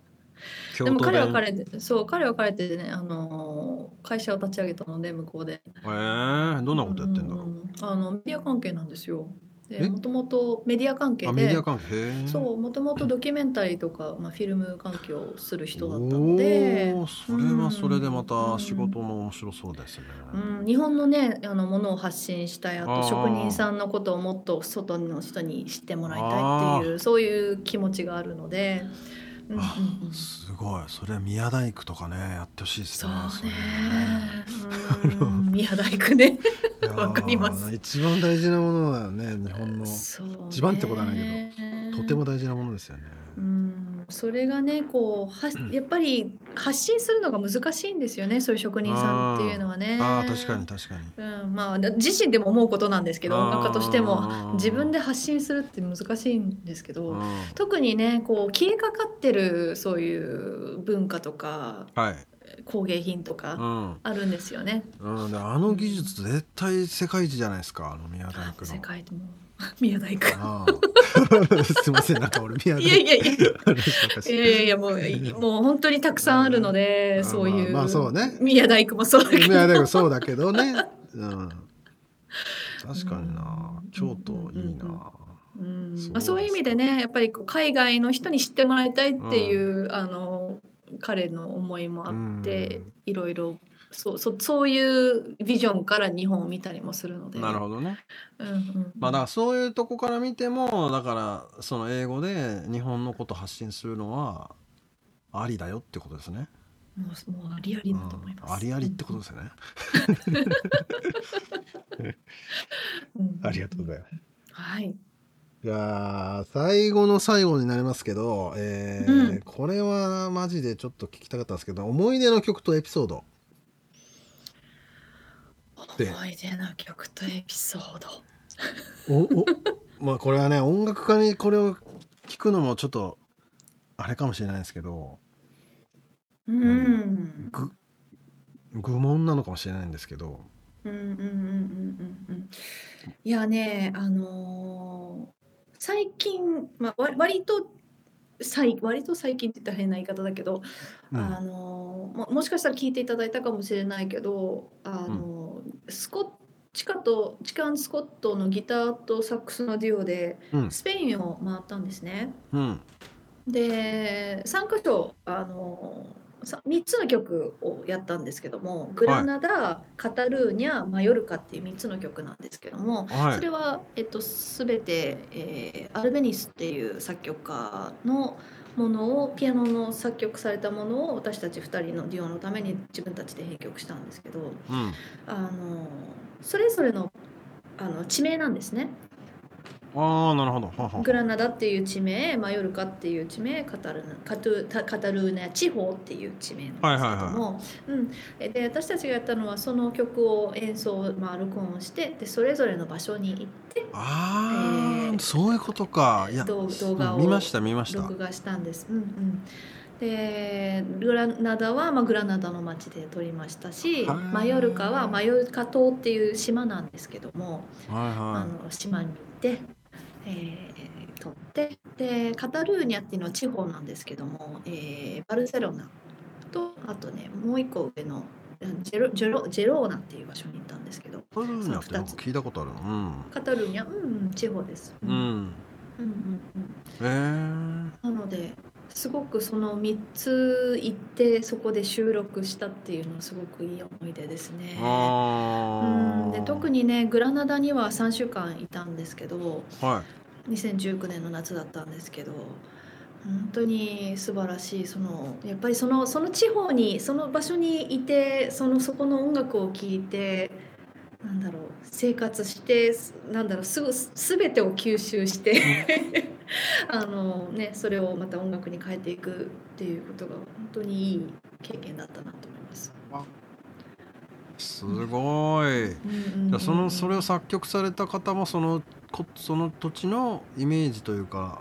C: 京
D: でも
C: 都
D: 彼は
C: 弁
D: 彼でそう彼は彼でねあのー会社を立ち上げたので向こうで。
C: えー、どんなことやってんだろう。
D: ううあのメディア関係なんですよ。
C: え
D: でもともとメディア関係
C: あ
D: で。
C: メディア関係。へー
D: そうもともとドキュメンタリーとか、まあ、フィルム関係をする人だったので
C: おー、それはそれでまた仕事も面白そうですね。
D: うん、日本のねあのものを発信したいあ
C: あ
D: と
C: ー
D: 職人さんのことをもっと外の人に知ってもらいたいっていうそういう気持ちがあるので、うんうん
C: あ
D: うん、そ
C: すごい。それは宮大工とかねやってほしいです
D: う
C: ね。
D: ね
C: れ
D: うん宮大工 ね
C: いやー
D: わかります
C: 一番大事なものだよね日本の
D: そうね
C: 一番ってことはないけどとても大事なものですよね。
D: うんそれがねこうはやっぱり発信するのが難しいんですよねそういう職人さんっていうのはね。
C: ああ確かに確かに。
D: うん、まあ自身でも思うことなんですけど
C: あー
D: 音楽家としても自分で発信するって難しいんですけ
C: う
D: ど
C: ん
D: 特にねこう消えかかってるそういう文化とか
C: はい。
D: 工芸品と
C: う
D: か
C: ん。
D: あるんですよね。
C: うん、であの技術絶対世界一じゃないですかあの宮大工の。
D: 世界でも 宮大工。
C: ああ すいませんなんか俺宮大
D: いやいやいや
C: 工の話ばっかりし
D: い
C: て
D: やいやいやもうもう本当にたくさんあるの
C: う
D: で
C: ん
D: そういう,、
C: まあまあそうね
D: 宮大工もそうだけど
C: 宮大工そうだけどね。うん。確かにな
D: うん
C: 京都いい
D: うんうん
C: な。
D: うん
C: そう
D: まあ、そういう意味
C: です
D: でねやっぱりこう海外の人に知ってもらいたいっていう、あの彼の思いもあって、
C: うん
D: いろいろそうそうそういうビジョンから日本を見たりもするので。
C: なるほどね。
D: うんうん
C: まあだからそういうとこから見てもだからその英語で日本のこと発信するのはありだよってことですね。
D: もうもうありありだと思います。
C: うんありありってことですよね。
D: うん
C: います。
D: はい。
C: じゃあ最後の最後になりますけど、えー
D: うん
C: これはマジでちょっと聞きたかったんですけど思い出の曲とエピソードで
D: 思い出の曲とエピソード。
C: おおまあこれはね音楽家にこれを聞くのもちょっとあれかもしれないですけど
D: うん。うん
C: 愚問なのかもしれないんですけど
D: うんうんうんうんうん。いやね、あのー最近、まあ、わ割と最割と最近って言ったら変な言い方だけど、
C: うん
D: あのももしかしたら聞いていただいたかもしれないけどあの、スコッチカとチカン・スコットのギターとサックスのデュオで
C: うん
D: スペインを回ったんですね。
C: うん
D: で3箇所あの 3, つの曲をやったんですけどもグラナダ、カタルーニャマヨルカっていう3つの曲なんですけども、
C: は
D: それは、えっと、全て、えーアルベニスっていう作曲家のものをピアノの作曲されたものを私たち2人のデュオのために自分たちで編曲したんですけど
C: うん
D: あのそれぞれのあの地名なんですね。
C: ああなるほどはあはあ
D: グラナダっていう地名マヨルカっていう地名カタルナカトゥタカタルーナ地方っていう地名なんですけども、うんえで私たちがやったのはその曲を演奏、まあ、録音してでそれぞれの場所に行って
C: ああ、
D: えー
C: そういうことか。いや、
D: 動動画を
C: 見ました見ました。
D: 録画したんです。うんうん、でグラナダは、まあ、グラナダの町で撮りましたし
C: はい
D: マヨルカはマヨルカ島っていう島なんですけども、あ
C: は
D: の島に行って、えー撮ってでカタルーニャっていうのは地方なんですけども、えーバルセロナとあとねもう一個上のジェロジェロジェローナっていう場所に行ったんですけど
C: いはい。うんやって
D: そ
C: なんか
D: の二つ
C: 聞いたことあるの。
D: カタルーニャうんうん地方です。
C: うん。うん。
D: うんうんうん
C: えー、
D: なのですごくその3つ行ってそこで収録したっていうのはすごくいい思い出ですね。う
C: あ
D: んで特
C: に。
D: にねグラナダには3週間いたんですけど
C: は
D: 2019年の夏だったんですけど本当に素晴らしいそのやっぱりそのその地方にその場所にいてそのそこの音楽を聴いてなんだろう生活してすなんだろうすぐすべてを吸収して あの、ね、それをまた音楽に変えていくっていうことが本当にいい経験だったなと思います。
C: すごい。
D: うん
C: じ
D: う
C: ゃ
D: んう
C: あ
D: ん
C: そのそれを作曲された方もそのこその土地のイメージというか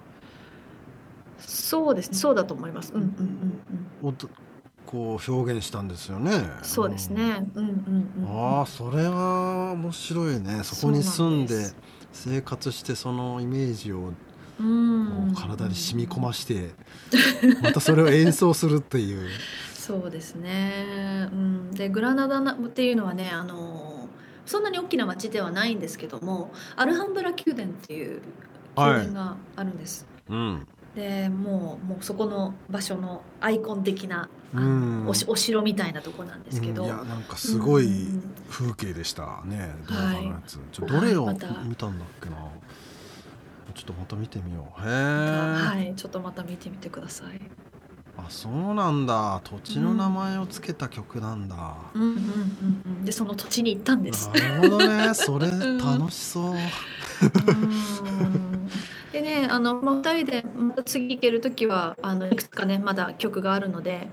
D: そうですねそうだと思います。うんうんうんうん、
C: をとこう表現したんですよね。
D: そうですね。うんうんうん、
C: ああそれは面白いねそこに
D: そ
C: 住
D: うなん
C: ん
D: です
C: で生活してそのイメージを
D: う
C: こう
D: ん
C: 体に染み込ましてまたそれを演奏するって いう
D: そうですね、うん、でグラナダなっていうのはねあのそんなに大きな町ではないんですけどもアルハンブラ宮殿っていう宮殿があるんです、
C: うん
D: でもうもうそこの場所のアイコン的な、あの
C: うん
D: おしお城みたいなとこなんですけど、
C: うんいやなんかすごい
D: うん
C: 風景でしたね動画のやつ、ちょ
D: は
C: ど
D: い
C: れを
D: ま
C: 見
D: た
C: たんだっけなちょっとまた見てみようへえ、
D: はいちょっとまた見てみてください。
C: あそうなんだ土地の名前をつけた曲なんだ、
D: うんうんうんうん、でその土地に行ったんです。
C: なるほど ねそれ
D: ん
C: 楽しそう、
D: うんでねあの、まあ、2人でまた次行ける時はあのいくつかねまだ曲があるので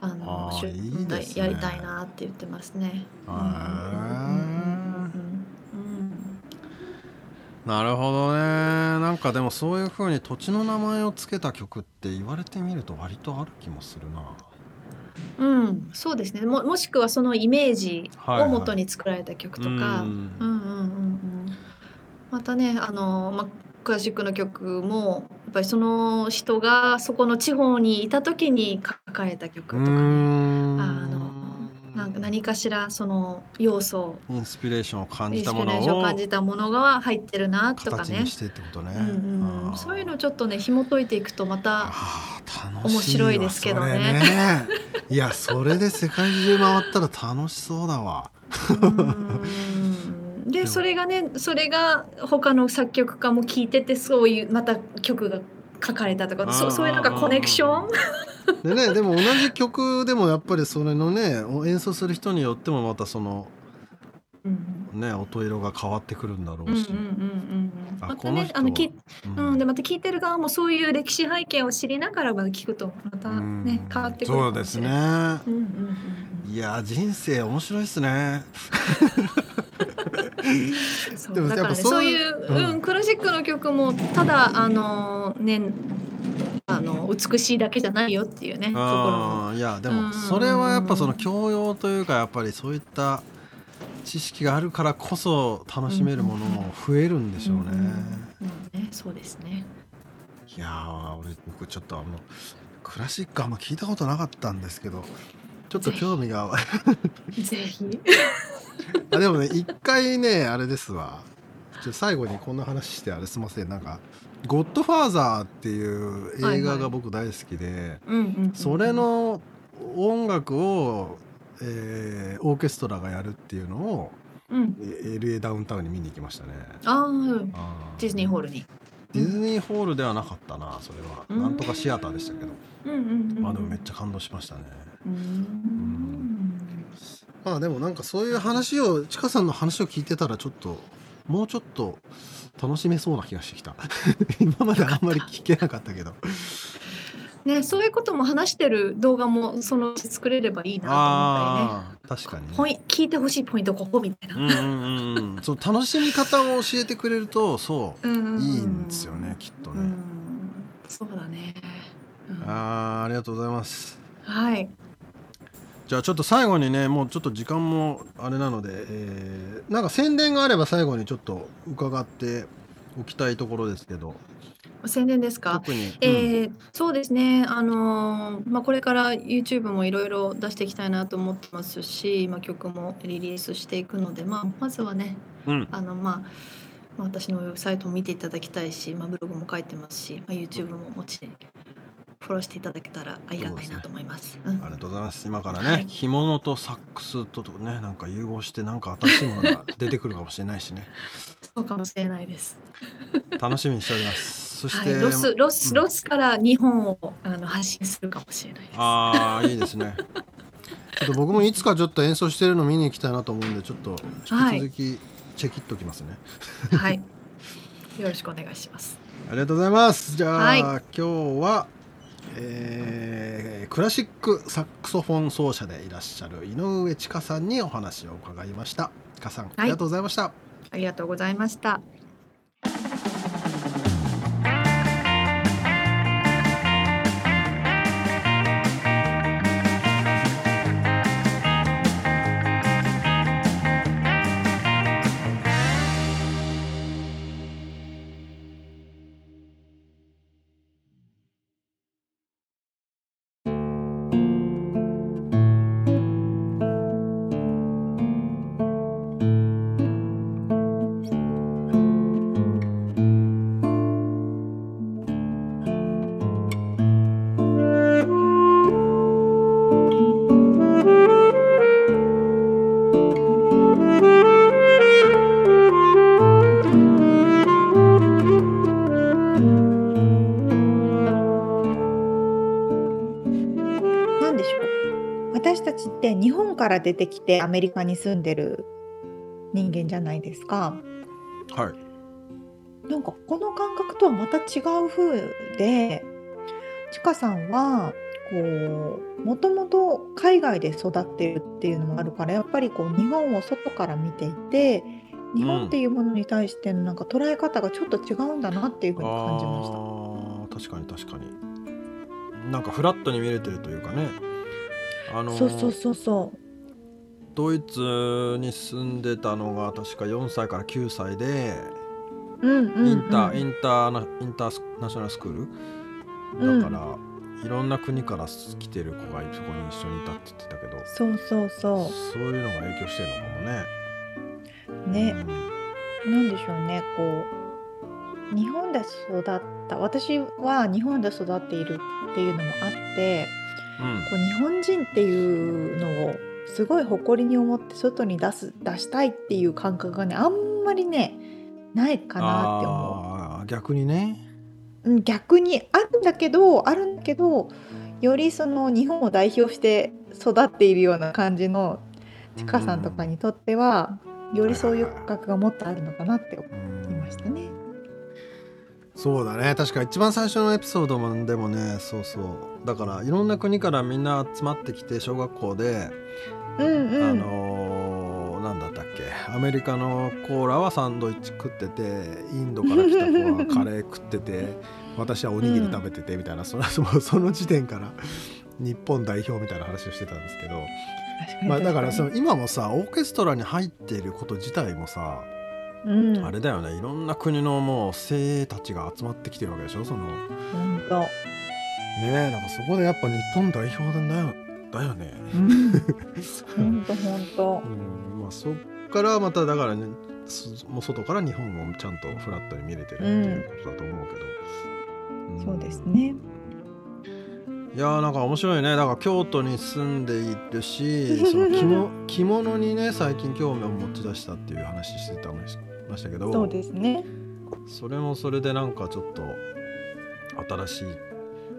D: あの
C: あー
D: 集
C: いいですね
D: やりたいなって言ってますね。
C: へ
D: う
C: ー
D: んうんうん
C: なるほどねなんかでもそういう風に土地の名前をつけた曲って言われてみると割とある気もするな
D: うんうんうんそうですねももしくはそのイメージ
C: はいは
D: を
C: い
D: 元に作られた曲とか、
C: うん
D: うんうんうんうんまたねあの、まあ、クラシックの曲もやっぱりその人がそこの地方にいた時に書かれた曲とかね、
C: ん
D: あのなんか何かしらその要素
C: インスピレーションを感
D: イン
C: じ
D: ス
C: た
D: ピレ
C: もの
D: ーションを
C: を
D: 感じたものが入ってるなとか
C: 形
D: ね
C: にしてってことね、
D: うんうんう
C: あー
D: ん、そういうのちょっとね紐解いていくとまた
C: あー楽しい
D: 面白いですけどね
C: わそれねいやそれで世界中回ったら楽しそうだわ
D: うんで
C: も
D: それがねそれが他の作曲家も聴いててそういうまた曲が書かれたとか
C: あ
D: そ
C: ー
D: そういうなんかコネクション
C: でねでも同じ曲でもやっぱりそれのねお演奏する人によってもまたその
D: うん
C: ね音色が変わってくるんだろ
D: うんうん
C: う
D: うん
C: し、
D: うんうん
C: あ
D: ま
C: こ
D: た
C: の
D: ね
C: 人は
D: あのき
C: うん
D: うん、でまた聞いてる側もそういう歴史背景を知りながらまた聞くとまたね変わってくる
C: そう
D: か
C: で
D: も
C: す
D: しれない
C: ね
D: うんうんうん
C: いや人生面白いですね
D: うんそう
C: でも
D: だから
C: や
D: ね
C: っぱそ
D: そうう
C: い
D: いう、
C: うん
D: うん、クラシックの曲もただあのねあの美しいだけじゃないよっていう ねところも
C: あーいやで
D: う
C: も
D: ん
C: それはやっぱその教養というかやっぱりそういった知識があるからこそ楽しめるものも増えるんでしょうね、
D: うんうんうんねそうですね
C: いやー俺僕ちょっとあのクラシックあんま聞いたことなかったんですけどちょっと興味 が
D: ぜひ
C: あでもね一回ねあれですわちょ最後にこんな話してあれすいませんなんか「ゴッドファーザー」っていう映画が僕大好きで、
D: うんうんうん
C: それの音楽を、えーオーケストラがやるっていうのを
D: うん
C: え LA ダウンタウンに見に行きましたね
D: あー
C: あ
D: ディズニーホールに
C: ディズニーホールではなかったなそれは
D: うん
C: なんとかシアターでしたけど
D: うんうんうん
C: まあでもめっちゃ感動しましたね
D: うん
C: まあでもなんかそういう話をちかさんの話を聞いてたらちょっともうちょっと楽しめそうな気がしてきた 今まであんまり聞けなかったけど
D: ねそういうことも話してる動画もそのうち作れればいいなと思ったりね
C: あー確かにね
D: ポイ聞いてほしいポイントここみたいな。
C: うんうんうんうん、そう楽しみ方を教えてくれるとそう
D: うんうんうん
C: いいんですよね。きっと
D: う
C: ね、
D: ん、そうだね。うん
C: あーありがとうございます
D: はい。
C: じゃあちょっと最後にねもうちょっと時間もあれなので、えーなんか宣伝があれば最後にちょっと伺っておきたいところですけど
D: 宣伝ですか。
C: 特に、
D: えーそうですね、あのーまあ、これから YouTube もいろいろ出していきたいなと思ってますし、まあ、曲もリリースしていくので、まあ、まずはね
C: うんうん
D: あの、まあまあ、私のサイトも見ていただきたいし、まあ、ブログも書いてますし、まあ、YouTube ももちろんフォローしていただけたらありがたいなと思います。うん
C: ありがとうございます今からね、
D: はい
C: 干物とサックスととねなんか融合してなんか新しいものが出てくるかもしれないし ね
D: そうかもしれないです。
C: 楽しみにしておりますそし
D: は
C: て、
D: い、ロスロ
C: う
D: ス、
C: ん
D: ロスから日本をあの発信するかもしれないです。
C: ああいいですね。ちょっと僕もいつかちょっと演奏してるの見に行きたいなと思うんでちょっと
D: は
C: 引き
D: い
C: 続きチェキっときますね、
D: はい。よろしくお願いします。
C: ありがとうございますじゃあ、
D: はい
C: 今日は、えークラシックサックソフォン奏者でいらっしゃる井上千佳さんにお話を伺いました千佳さんありがとうございました、
D: ありがとうございました。
A: なんでしょう私たちって日本から出てきてアメリカに住んでる人間じゃないですか
C: はい
A: なんかこの感覚とはまた違う風でちかさんはこうもともと海外で育ってるっていうのもあるからやっぱりこう日本を外から見ていて日本っていうものに対してのなんか捉え方がちょっと違うんだなっていうふうに感じました。
C: あー確かに確かになんかフラットに見れてるというかねあのー
A: そうそうそうそう
C: ドイツに住んでたのが確か4歳から9歳で
A: うんうんうん、
C: インター、インターナインターナショナルスクールだから、いろんな国から来てる子がそこに一緒にいたって言ってたけど
A: そうそうそ
C: そういうのが影響してるのかもね。
A: うね
C: うん
A: なんでしょうねこう日本で育った私は日本で育っているっていうのもあってこう日本人っていうのをすごい誇りに思って外に出す出したいっていう感覚がねあんまりねないかなって思
C: あー逆にね。
A: ううん。逆にあるんだけどあるんだけどよりその日本を代表して育っているような感じのちかさんとかにとっては、よりそういう感覚がもっとあるのかなって思
C: う
A: い
C: ん
A: ましたね。
C: そうだね確か一番最初のエピソードもでもねそうそうだからいろんな国からみんな集まってきて小学校で、
A: うんうん、
C: あのーなんだったっけアメリカのコーラはサンドイッチ食っててインドから来た子はカレー食ってて私はおにぎり食べててみたいな、その もうその時点から日本代表みたいな話をしてたんですけど、
A: 確かに
C: まあ、だからそ
A: 確
C: の今もさオーケストラに入っていること自体もさ、
A: にうん、
C: あれだよねいろんな国のもう精鋭たちが集まってきてるわけでしょその。
A: 本当、
C: ねえなんかそこでやっぱ日本代表だよだよね、
A: うん、本当本当
C: う、んまあ、そっからまただからねそもう外から日本をちゃんとフラットに見れてるっていうことだと思うけど、ん
A: そうですね。
C: いやーなんか面白いねだから京都に住んでい るしその着物着物にね最近興味を持ち出したっていう話してたのしましたけど
A: そうですね。
C: それもそれでなんかちょっと新しい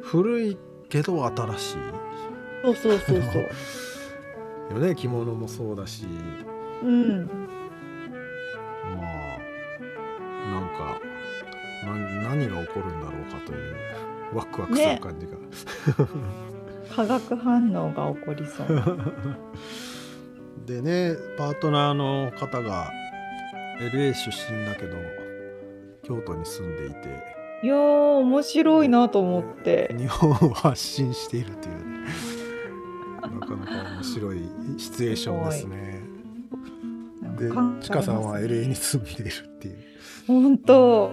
C: 古いけど新し
A: そうそうそうそう。
C: いよね着物もそうだし
A: うん、
C: まあなんかな何が起こるんだろうかというワクワクする感じが、
A: 化学反応が起こり そう。
C: でねパートナーの方が LA 出身だけど京都に住んでいて
A: いやー面白いなと思って。
C: 日本を発信しているという、ね、なかなか面白いシチュエーションですね。
A: なん
C: で
A: か考えますね
C: ちかさんは LA に住んでいるっていう
A: 本当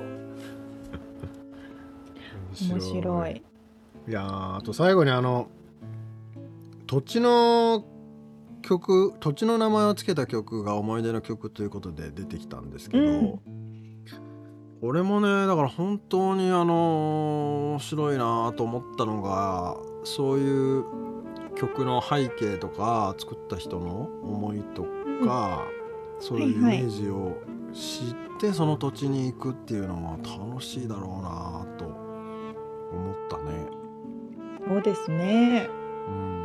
A: 面
C: 面
A: 白い。
C: いやーあと最後にあの土地の曲土地の名前を付けた曲が思い出の曲ということで出てきたんですけど、
A: うん
C: これもねだから本当にあのー面白いなと思ったのがそういう曲の背景とか作った人の思いとか、そういうイメージを知ってその土地に行くっていうのは楽しいだろうなと思ったね。
A: そうですね。
C: うん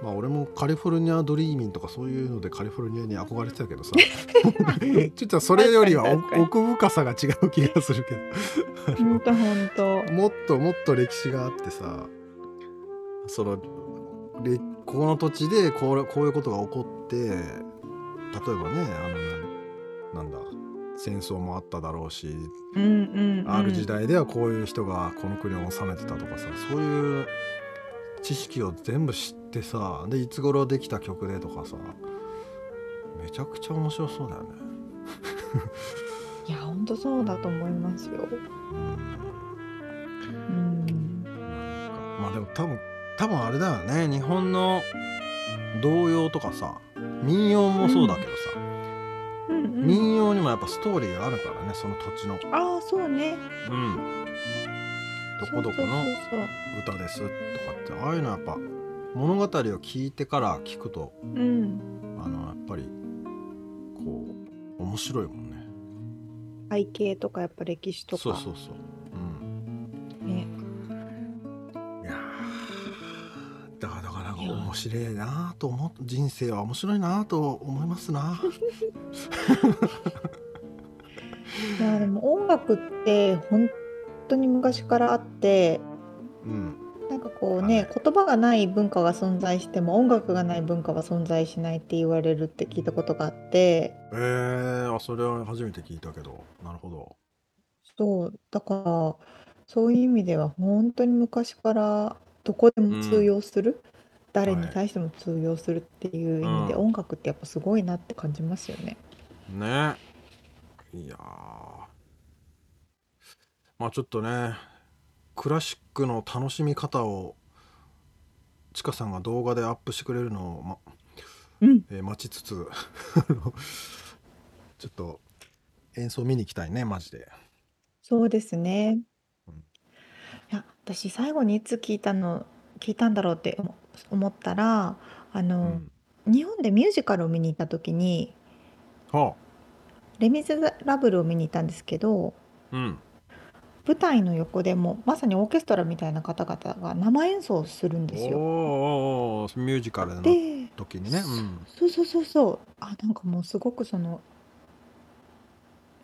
C: まあ俺もカリフォルニアドリーミンとかそういうのでカリフォルニアに憧れてたけ どさちょっとそれよりは
A: 確かに確かに
C: 奥深さが違う気がするけど
A: 本当本当。
C: もっともっと歴史があってさそのれここの土地でこうこういうことが起こって例えばねあのなんだ戦争もあっただろうし、
A: うんうん、うん。
C: ある時。代ではこういう人がこの国を治めてたとかさそういう知識を全部知ってさでいつ頃できた曲でとかさめちゃくちゃ面白そうだよね。
A: いや本当そうだと思いますよ。
C: うん
A: うん。
C: まあでも多分多分あれだよね日本の童謡とかさ民謡もそうだけどさ、
A: うんうん。
C: 民謡にもやっぱストーリーがあるからねその土地の、
A: ああそうね。
C: どこどこの
A: そうそう
C: 歌ですとかってああいうのはやっぱ物語を聞いてから聞くと
A: そう。うん。
C: あのやっぱりこう面白いもんね
A: 背景とかやっぱ歴史とか。
C: そうそうそう、うん、
A: ね。
C: いやーだからだからなんか面白いなと思っ人生は面白いなと思いますな
A: いやでも音楽って本当に昔からあって
C: うん
A: なんかこうね、言葉がない文化が存在しても音楽がない文化は存在しないって言われるって聞いたことがあって
C: えー、あそれは初めて聞いたけどなるほど
A: そうだからそういう意味では本当に昔からどこでも通用する、誰に対しても通用するっていう意味で、
C: うん
A: 音楽ってやっぱすごいなって感じますよね。
C: ねいやーまあちょっとねクラシックの楽しみ方をちかさんが動画でアップしてくれるのを、ま
A: うん
C: えー待ちつ つあのちょっと演奏見に行きたいねマジで
A: そうですね
C: うん。
A: いや、私最後にいつ聞いたの、聞いたんだろうって思思ったら、あ
C: う
A: の、
C: ん
A: 日本でミュージカルを見に行った時に、
C: は
A: レ・ミゼラブルを見に行ったんですけど、
C: あうん
A: 舞台の横でもうまさにオーケストラみたいな方々が生演奏するんです
C: おー
A: よ。
C: おーおーミュージカルの
A: で、
C: 時にねうん
A: そうそうそうそう、あ、なんかもうすごくその、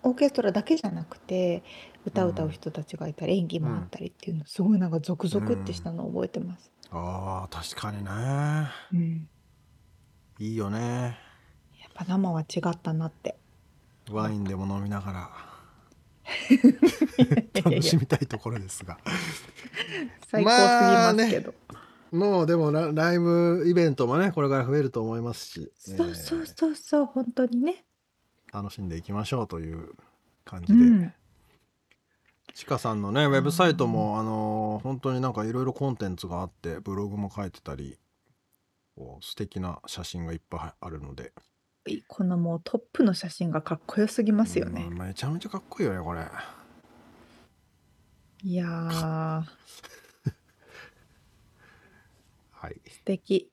A: オーケストラだけじゃなくて、歌を歌う人たちがいたり、演技もあったりっていうの、すごいなんかゾクゾクってしたのを覚えてます。
C: あー確かにね
A: うん、
C: いいよね
A: やっぱ生は違ったな って。
C: ワインでも飲みながら
A: いやいや
C: 楽しみたいところですが
A: 最高すぎますけど。
C: もうでもラライブイベントもねこれから増えると思いますし
A: そうそうそうそう、本当にね。
C: えー楽しんでいきましょうという感じ
A: う
C: で、
A: ん、
C: ちかさんのねウェブサイトも、あのー本当になんかいろいろコンテンツがあってブログも書いてたりこう素敵な写真がいっぱいあるので
A: このもうトップの写真がかっこよすぎますよね
C: う。んめちゃめちゃかっこいいよねこれ
A: いやー、
C: はい
A: 素敵。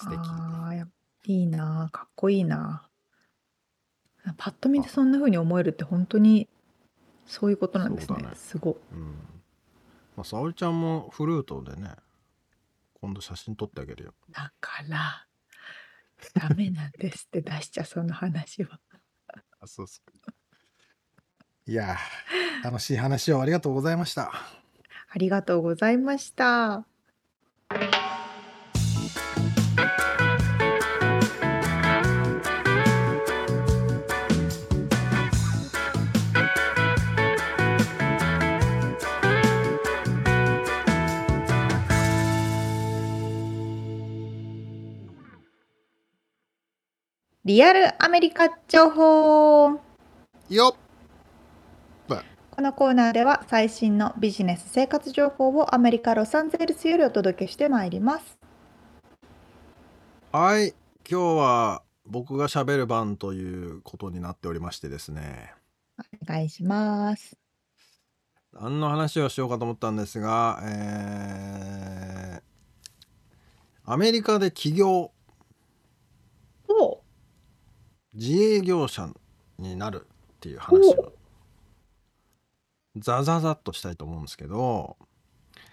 C: 素敵
A: あーやいいなー、かっこいいなー。パッと見でそんな風に思えるって本当にそういうことなんです
C: そう
A: ね。
C: だね
A: すごい。
C: うんまあ沙織ちゃんもフルートでね今度写真撮ってあげるよ
A: だから、ダメなんですって出しちゃその話は。
C: あそうっすか。いやー、楽しい話をありがとうございました。
A: ありがとうございました。リアルアメリカ情報
C: よっ
A: このコーナーでは最新のビジネス生活情報をアメリカ・ロサンゼルスよりお届けしてまいります。
C: はい、今日は僕が喋る番ということになっておりましてですね。
A: お願いします。
C: 何の話をしようかと思ったんですが、えー、アメリカで起業、
A: お
C: 自営業者になるっていう話を、ザザザっとしたいと思うんですけど、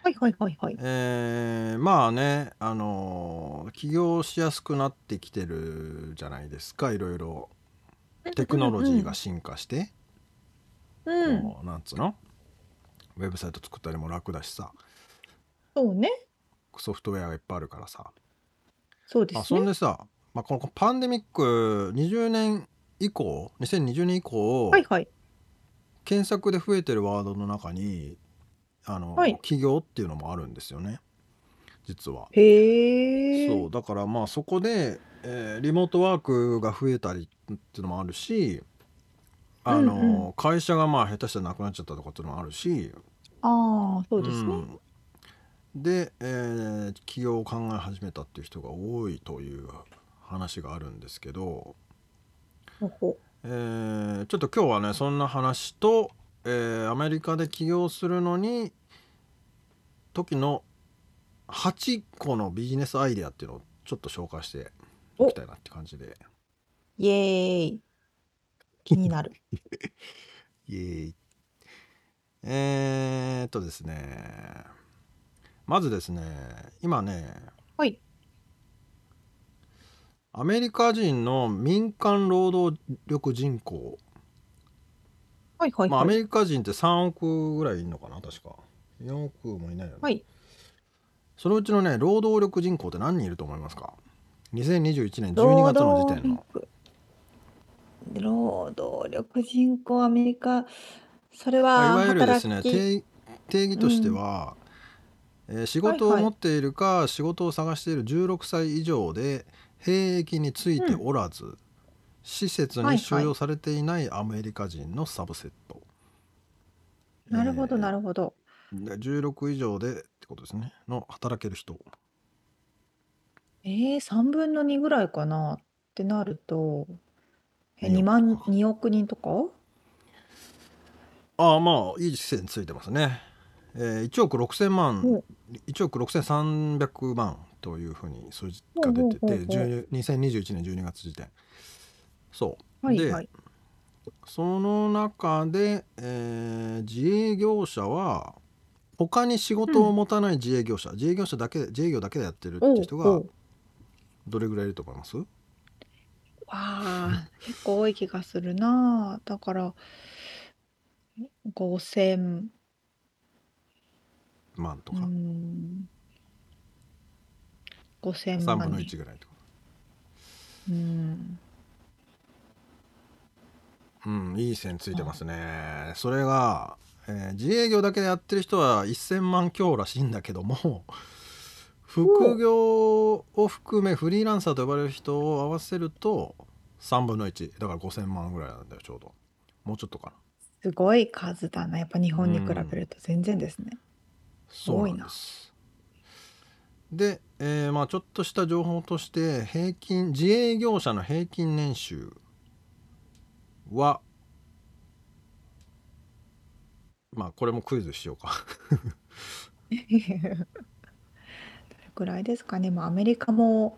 A: はいはいはいはい。
C: えーまあねあのー起業しやすくなってきてるじゃないですかいろいろテクノロジーが進化して、
A: うん。うん、
C: こうなんつうのウェブサイト作ったりも楽だしさ
A: そうね。
C: ソフトウェアがいっぱいあるからさ
A: そうで
C: あ
A: す
C: そん
A: ね。
C: でさ、まあ、このパンデミック20年以降2020年以降、
A: はいはい。
C: 検索で増えてるワードの中にあの、
A: はい
C: 起業っていうのもあるんですよね実は。
A: へえ。
C: そうだからまあそこで、えーリモートワークが増えたりっていうのもあるしあの、
A: うんう
C: 会社がまあ下手したらなくなっちゃったとかっていうのもあるし
A: ああ、そうですね。
C: んで、えー起業を考え始めたっていう人が多いという話があるんですけど、
A: ほほ
C: えーちょっと今日はねそんな話と、えーアメリカで起業するのに時の8個のビジネスアイデアっていうのをちょっと紹介していきたいなって感じで
A: イエーイ。気に なる。
C: イエーイえー、っとですねまずですね今ね
A: はい
C: アメリカ人の民間労働力人口、
A: はいはい
C: まあ、ア
A: はい。
C: メリカ人って3億ぐらいいるのかな確か4億もいないよね、
A: はい
C: そのうちのね労働力人口って何人いると思いますか2021年12月の時点の
A: 労働力労働力人口アメリカそれ
C: まあ
A: はい
C: わゆるですね
A: 働き
C: 定定義としては、えー仕事
A: は
C: を
A: いはい
C: 持っているか、仕事を探している16歳以上で兵役についておらず、施設
A: はいはい
C: に収容されていないアメリカ人のサブセット、
A: なるほどな
C: る
A: るほど、
C: ほど16以上でってことですねの働ける人
A: えー、3分の2ぐらいかなってなるとえ2
C: 二億
A: 万2億人とか
C: ああまあいい姿勢についてますね、えー、1億6000万
A: お
C: 1億6300万というふうに数字が出てて
A: ほうほうほうほう
C: 10 2021年12月時点そう、
A: はい
C: で、
A: はい
C: その中で、えー自営業者は他に仕事を持たない自営業者、自営業者だけ自営業だけでやってるって
A: お
C: いうう人
A: お
C: が
A: う
C: どれぐらいいると思います
A: わあ結構多い気がするなだから5000
C: 万と
A: う
C: か、
A: ん5000
C: 3分
A: 万
C: の
A: 人
C: 1ぐらいとか、
A: うん
C: うん、いい線ついてますねそれが、えー自営業だけでやってる人は1,000万強らしいんだけども副業を含めフリーランサーと呼ばれる人を合わせると3分の1だから5,000万ぐらいなんだよちょうどもうちょっとかな
A: すごい数だな。やっぱ日本に比べると全然ですね。
C: そうなんです。で、えーまあ、ちょっとした情報として平均自営業者の平均年収はまあこれもクイズしようか
A: ど れくらいですかね。まあアメリカも、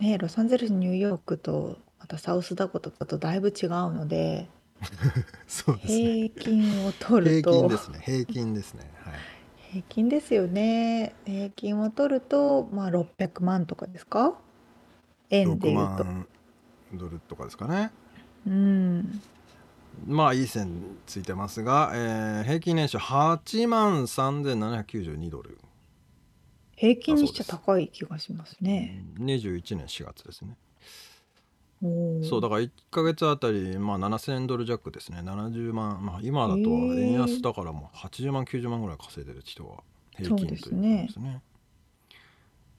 A: ね、ロサンゼルス、ニューヨークと、またサウスダコタだとだいぶ違うので、
C: そうですね
A: 平均を取る
C: 平
A: と、
C: 均ですね平均ですねはい
A: 平均ですよね。平均を取ると、まあ600万とかですか円で
C: 6
A: 言うと。
C: 万ドルとかですかね
A: うん。
C: まあいい線ついてますが、えー平均年収8万3792ドル、
A: 平均にしちゃ
C: あそう
A: 高
C: で
A: い気がしますね。
C: 21年4月ですね
A: おー
C: そうだから1ヶ月あたり、まあ、7000ドル弱ですね70万、まあ、今だと
A: へえ
C: 円安だからもう80万90万ぐらい稼いでる人は平均ということですね
A: そうです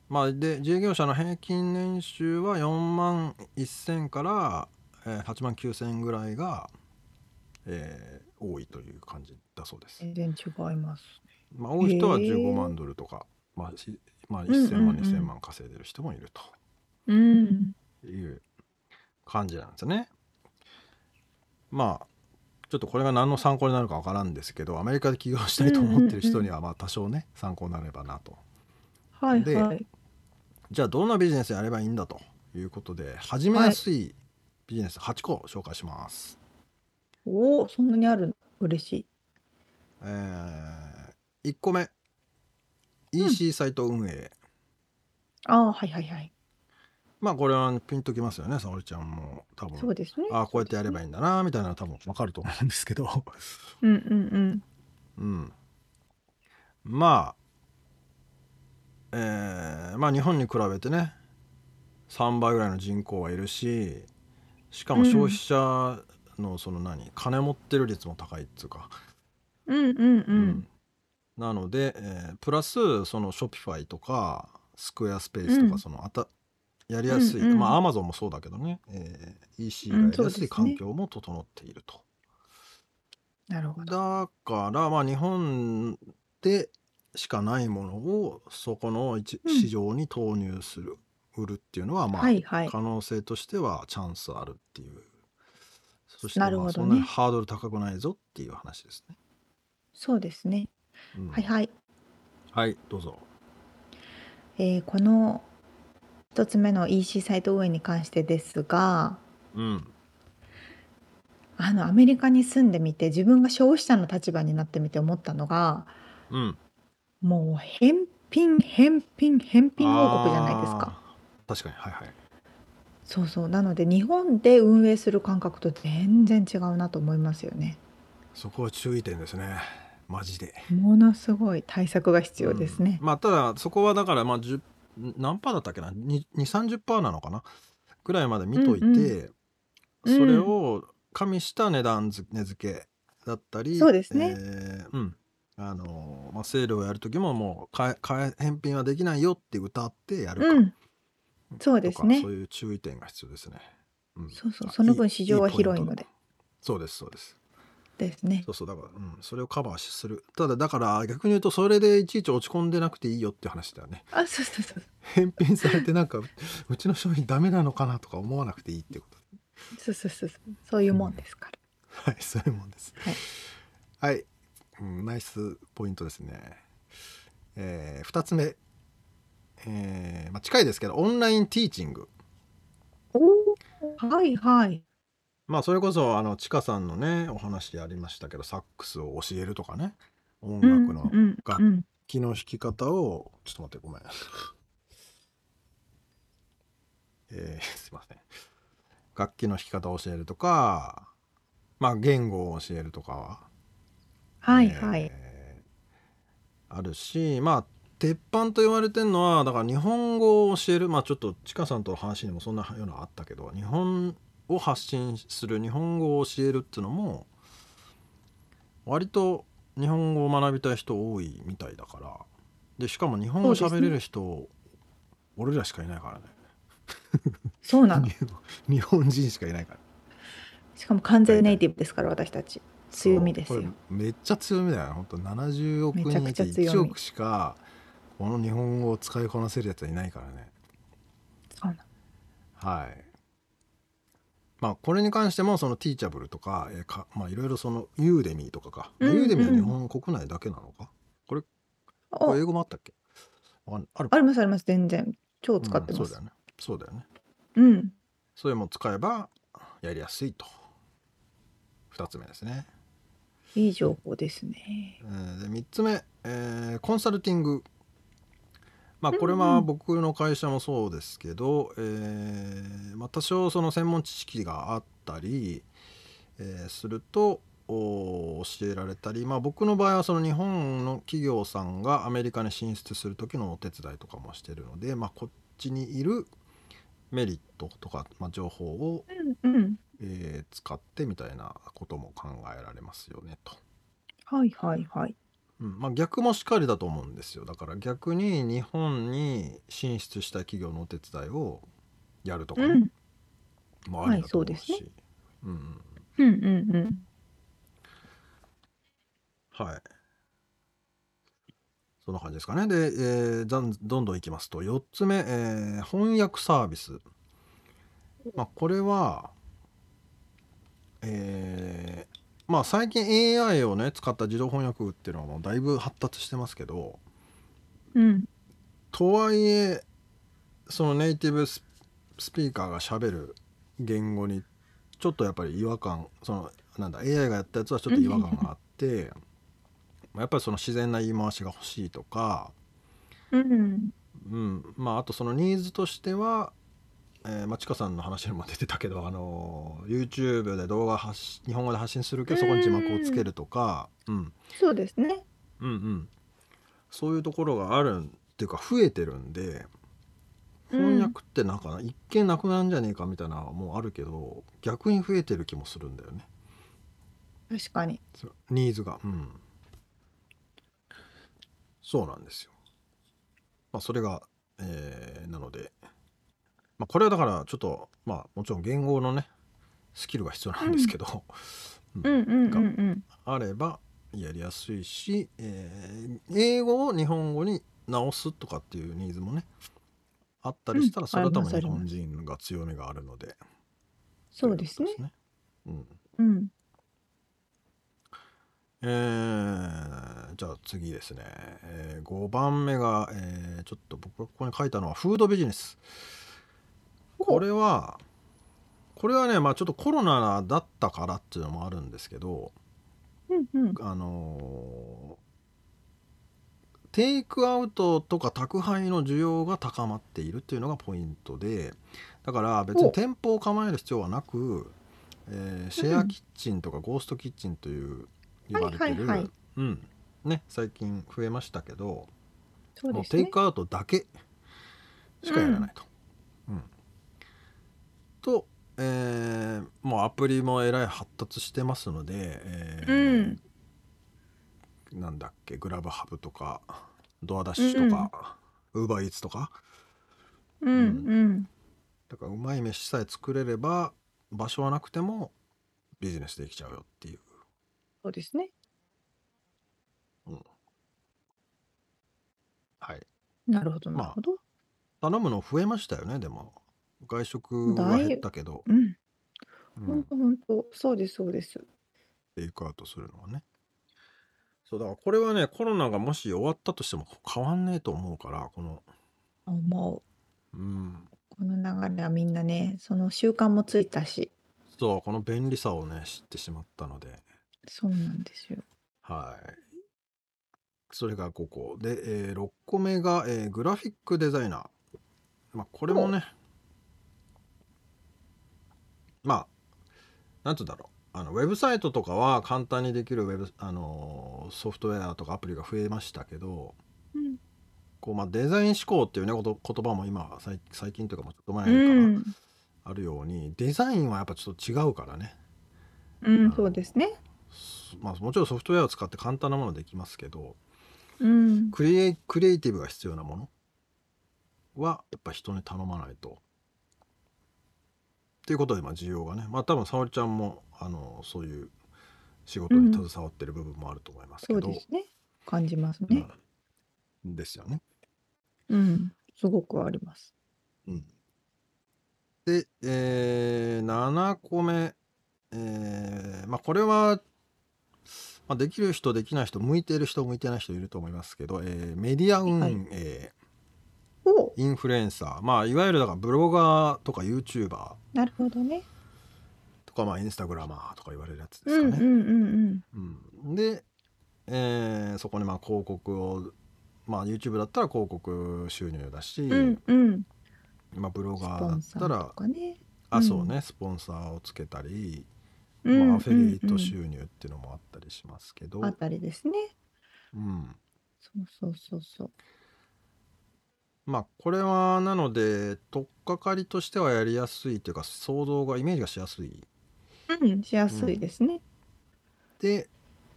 C: まあ、で従業者の平均年収は4万1000からえー8万9000ぐらいが、えー多いという感じだそうです、
A: 全然違います。
C: まあ、多い人は
A: へえ
C: 15万ドルとか、まあしまあ、
A: んうんうん
C: 1000万2000万稼いでる人もいると
A: うん。
C: いう感じなんですよね。まあちょっとこれが何の参考になるかわからんですけどアメリカで起業したいと思ってる人にはまあ多少ね参考になればなと。
A: はい
C: で
A: はい。
C: じゃあどんなビジネスやればいいんだということで始めやすいビジネス8個紹介します。
A: おお、そんなにあるの嬉しい。
C: え1個目 EC サイト運営、
A: ああ、はいはいはい。
C: まあこれはピンときますよね沙織ちゃんも多分
A: そうですね。
C: ああこうやってやればいいんだなみたいなの多分わかると思うんですけど
A: うんうん
C: うんまあえーまあ日本に比べてね3倍ぐらいの人口はいるししかも消費者のその何、金持ってる率も高いっつうか、
A: うん。うんうんう。
C: うんなので、えープラスそのショピファイとかスクエアスペースと
A: う
C: か
A: ん
C: そのあた、やりやすい、
A: うんうん
C: まあアマゾンもそうだけどね、えー EC が
A: うん
C: やりや
A: そう
C: す
A: で
C: い
A: すね
C: 環境も整っていると。
A: なるほど。
C: だからまあ日本でしかないものをそこの一
A: うん
C: 市場に投入する、売るっていうのはまあ、
A: はいはい。
C: 可能性としてはチャンスあるっていうそしてま
A: なる
C: あ
A: ほど
C: そ
A: ね
C: んなにハードル高くないぞっていう話ですね。
A: そうですね。
C: うん
A: はいはい。
C: はいどうぞ。
A: えーこの一つ目の EC サイト運営に関してですが、
C: うん
A: あのアメリカに住んでみて自分が消費者の立場になってみて思ったのが、
C: うん
A: もう返品返品返品王国じゃないですか。
C: あー。確かにはいはい。
A: そうそう。なので日本で運営する感覚と全然違うなと思いますよね。
C: そこは注意点ですね。マジで。
A: ものすごい対策が必要ですね
C: う。んまあただそこはだからまあ10何パーだったっけな2 3 0なのかなぐらいまで見といて、
A: うんうん
C: それを加味した値段付値付けだったり
A: そうですね
C: えーうんあのーまあ、セールをやる時ももう買え買え返品はできないよって歌ってやるか、
A: うん、そうですね
C: とかそういう注意点が必要ですね。うん
A: そうそう
C: あ
A: その
C: い
A: 分
C: い
A: 市場は広い
C: ポイ
A: の
C: ン
A: で
C: トだそうですそうです。
A: ですね
C: そうそうだから、うん、それをカバーするただだから逆に言うとそれでいちいち落ち込んでなくていいよっていう話だよね
A: あそうそうそう
C: 返品されてなんかううちの商品ダメなのかなとか思わなくていいってこと
A: そうそうそうそうそういうもんですから、
C: はいそういうもんです
A: はい
C: はい、うん、ナイスポイントですねえー、2つ目えーまあ、近いですけどオンラインティーチング
A: はいはい
C: まあそれこそあのちかさんのねお話でありましたけどサックスを教えるとかね音楽の
A: うんうん
C: 楽
A: うん
C: 気の引き方をちょっと待ってごめん えー、すいません楽器の弾き方を教えるとかまあ言語を教えるとかは
A: はいはい、
C: えーあるしまあ鉄板と言われてるのはだから日本語を教えるまあちょっとちかさんとの話にもそんなようなのあったけど日本を発信する日本語を教えるっていうのも割と日本語を学びたい人多いみたいだからでしかも日本語
A: そうです
C: 喋
A: ね
C: れる人、俺らしかいないからね
A: そう なの
C: 日本人しかいないから
A: しかも完全ネイティブですから私たち強みです
C: そうこ
A: よ
C: れめっちゃ強みだよね本当70億
A: めち
C: 人
A: ゃ
C: い
A: く
C: て
A: ちゃ強み
C: 1億しかこの日本語を使いこなせるやつはいないからね
A: そうなの
C: はいまあこれに関してもそのティーチャブルとか,、えーかまあいろいろそのユーデミーとかか、
A: うんうん
C: ユーデミーは日本国内だけなのかこれ英
A: あ
C: 語もあったっけあある
A: ありますあります全然超使って
C: う
A: ま
C: んそう
A: す
C: だよねそうだよね
A: うん、
C: それも使えばやりやすいと2つ目ですね、
A: いい情報ですね
C: えーで3つ目、えーコンサルティングまあこれは僕の会社もそうですけど、えーまあ、多少その専門知識があったり、えーするとお教えられたり、まあ、僕の場合はその日本の企業さんがアメリカに進出する時のお手伝いとかもしてるので、まあ、こっちにいるメリットとか、まあ、情報を、
A: うんうん
C: えー使ってみたいなことも考えられますよねと。
A: はいはいはい
C: うんまあ、逆もしっかりだと思うんですよだから逆に日本に進出した企業のお手伝いをやるとか
A: う
C: ね、
A: ん
C: まあありだと思うし、
A: はいそうです
C: うんうん
A: うんうんうん
C: はいそんな感じですかねで、えーざんどんどんいきますと4つ目、えー翻訳サービス、まあ、これはえーまあ最近 AI をね使った自動翻訳っていうのはもうだいぶ発達してますけど、
A: うん
C: とはいえそのネイティブススピーカーがしゃべる言語にちょっとやっぱり違和感そのなんだ AI がやったやつはちょっと違和感があってまあやっぱりその自然な言い回しが欲しいとか
A: うん。
C: うん、まああとそのニーズとしては、えーまあ、ちかさんの話にも出てたけど、あの YouTube で動画発し日本語で発信するけどそこに字幕をつけるとか、うん、
A: そうですね。
C: うんうんそういうところがあるんっていうか増えてるんで翻訳ってなんか一見なくなるんじゃねえかみたいなのもあるけど逆に増えてる気もするんだよね
A: 確かに。
C: そうニーズがうんそうなんですよまあそれがえーなのでまあこれはだからちょっとまあもちろん言語のねスキルが必要なんですけど、
A: うんうんうんうん。
C: あればやりやすいし、えー英語を日本語に直すとかっていうニーズもねあったりした
A: う
C: ら
A: ん
C: それは多
A: ありますあ
C: 分日
A: ります
C: 本人が強みがあるので
A: そうですね
C: とい。うことですね
A: うん。
C: うんえーじゃあ次ですね、え5番目が、えーちょっと僕がここに書いたのはフードビジネスこれはこれはねまあちょっとコロナだったからっていうのもあるんですけど、
A: うんうん。
C: あのーテイクアウトとか宅配の需要が高まっているっていうのがポイントでだから別に
A: お
C: 店舗を構える必要はなく、えーシェアキッチンとかゴーストキッチンという言われて
A: はい
C: る、
A: はいはい
C: うんね、最近増えましたけど、
A: そう
C: も
A: で
C: う
A: す
C: テイ
A: ね。
C: クアウトだけしかやらないと。うんと、えーもうアプリもえらい発達してますので、えー
A: うん
C: なんだっけグラブハブとかドアダッシュとか、ウーバーイーツとか
A: うんうん。
C: だからうまい飯さえ作れれば場所はなくてもビジネスできちゃうよっていう
A: そうですね。
C: はい
A: なるほど
C: まあ
A: なるほど。
C: 頼むの増えましたよねでも外食は減ったけど、
A: うん。
C: うん
A: 本当本当そうですそうです。
C: テイクアウトするのはねそうだからこれはねコロナがもし終わったとしても変わんねえと思うからこの
A: 思う。
C: うん
A: この流れはみんなね、その習慣もついたし、
C: そうこの便利さをね知ってしまったので
A: そうなんですよ。
C: はいそれが5個で、え6個目が、えーグラフィックデザイナーまあこれもねまあなんつうんだろうあのウェブサイトとかは簡単にできるウェブ、あのーソフトウェアとかアプリが増えましたけど、
A: うん
C: こうまあ、デザイン思考っていうねこと言葉も今最最近というかもうちょっと前か
A: う
C: ら
A: ん、
C: あるように、デザインはやっぱちょっと違うからね、
A: うん、そうですね。
C: すまあ、もちろんソフトウェアを使って簡単なものできますけど
A: うん、
C: クリエイクリエイティブが必要なものはやっぱ人に頼まないと。っていうことで今需要がねまあ多分沙織ちゃんもあのそういう仕事に携わってる部分もあると思いますけ
A: そう
C: ど、
A: ですね。感じますね。
C: うんですよね。
A: うん、すごくあります。
C: うんで、えー7個目、えーまあ、これは、まあ、できる人できない人向いてる人向いてない人いると思いますけど、えーメディア運営、
A: はいお、
C: インフルエンサー、まあ、いわゆるだからブロガーとか YouTuber
A: なるほどね。
C: とか、まあ、インスタグラマーとか言われるやつで
A: う
C: す
A: ん、
C: か
A: う
C: ね。
A: ん、うん、
C: うんで、えーそこにまあ広告を、まあ、YouTube だったら広告収入だし、
A: うん、うん、うん。
C: まあ、ブロ
A: スポ
C: ガーだ
A: ン
C: っ
A: サ
C: た
A: ー
C: ら
A: とかね。
C: あそう
A: う
C: ねスポンサーをつけたり、
A: うん
C: まあ、アフェリエイ
A: う
C: ト
A: ん
C: 収入っていうのもあったりしますけど、
A: うんあたりですね。
C: うん
A: そう、そう、そう、そう。
C: まあこれはなので取っかかりとしてはやりやすいというか想像がイメージがしやすい
A: うん、しやすいですね。
C: で、